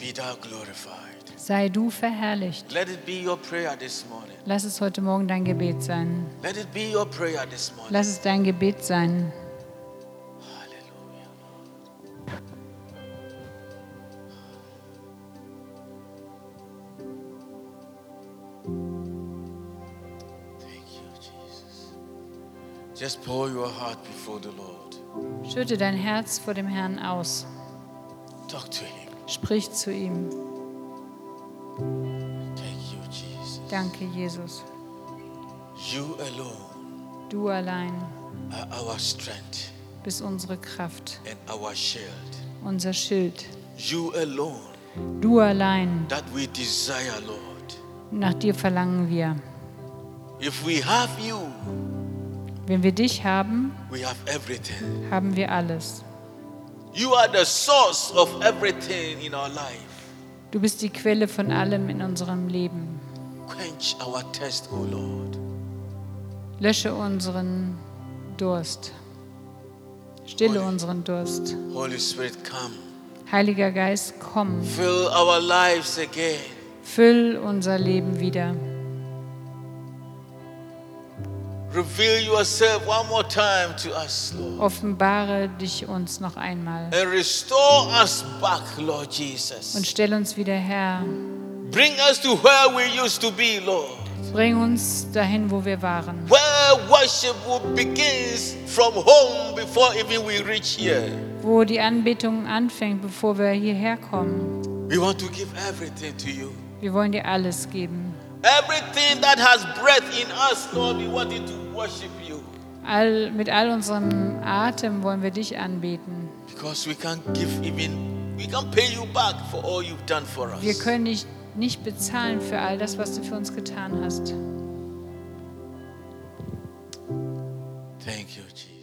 [SPEAKER 1] Be thou glorified.
[SPEAKER 2] Sei du verherrlicht.
[SPEAKER 1] Let it be your prayer this morning.
[SPEAKER 2] Lass es heute Morgen dein Gebet sein.
[SPEAKER 1] Let it be your prayer this morning.
[SPEAKER 2] Lass es dein Gebet sein.
[SPEAKER 1] Hallelujah. Thank you, Jesus. Just pour your heart before the Lord.
[SPEAKER 2] Schütte dein Herz vor dem Herrn aus.
[SPEAKER 1] Talk to Him.
[SPEAKER 2] Sprich zu ihm.
[SPEAKER 1] Thank you, Jesus.
[SPEAKER 2] Danke, Jesus.
[SPEAKER 1] You alone
[SPEAKER 2] Du allein
[SPEAKER 1] are our strength
[SPEAKER 2] bist unsere Kraft,
[SPEAKER 1] and our shield.
[SPEAKER 2] unser Schild.
[SPEAKER 1] You alone
[SPEAKER 2] Du allein.
[SPEAKER 1] that we desire, Lord.
[SPEAKER 2] Nach dir verlangen wir.
[SPEAKER 1] If we have you,
[SPEAKER 2] Wenn wir dich haben,
[SPEAKER 1] we have everything.
[SPEAKER 2] haben wir alles.
[SPEAKER 1] You are the source of everything in our life.
[SPEAKER 2] Du bist die Quelle von allem in unserem Leben.
[SPEAKER 1] Quench our thirst, O Lord.
[SPEAKER 2] Lösche unseren Durst. Stille unseren Durst.
[SPEAKER 1] Holy Spirit, come.
[SPEAKER 2] Heiliger Geist, komm.
[SPEAKER 1] Fill our lives again.
[SPEAKER 2] Füll unser Leben wieder.
[SPEAKER 1] Reveal yourself one more time to us, Lord.
[SPEAKER 2] Offenbare dich uns noch einmal
[SPEAKER 1] And restore us back, Lord Jesus.
[SPEAKER 2] und stell uns wieder her.
[SPEAKER 1] Bring us to where we used to be, Lord.
[SPEAKER 2] Bring uns dahin, wo wir waren.
[SPEAKER 1] Where worship will begins from home before even we reach here.
[SPEAKER 2] Wo die Anbetung anfängt, bevor wir hierher kommen.
[SPEAKER 1] We want to give everything to you.
[SPEAKER 2] Wir wollen dir alles geben.
[SPEAKER 1] Everything that has breath in us, Lord, we want it to worship you.
[SPEAKER 2] All, mit all unserem Atem wollen wir dich anbeten.
[SPEAKER 1] Because we can't give even, we can't pay you back for all you've done for us.
[SPEAKER 2] Wir können dich nicht bezahlen für all das, was du für uns getan hast.
[SPEAKER 1] Thank you, Jesus.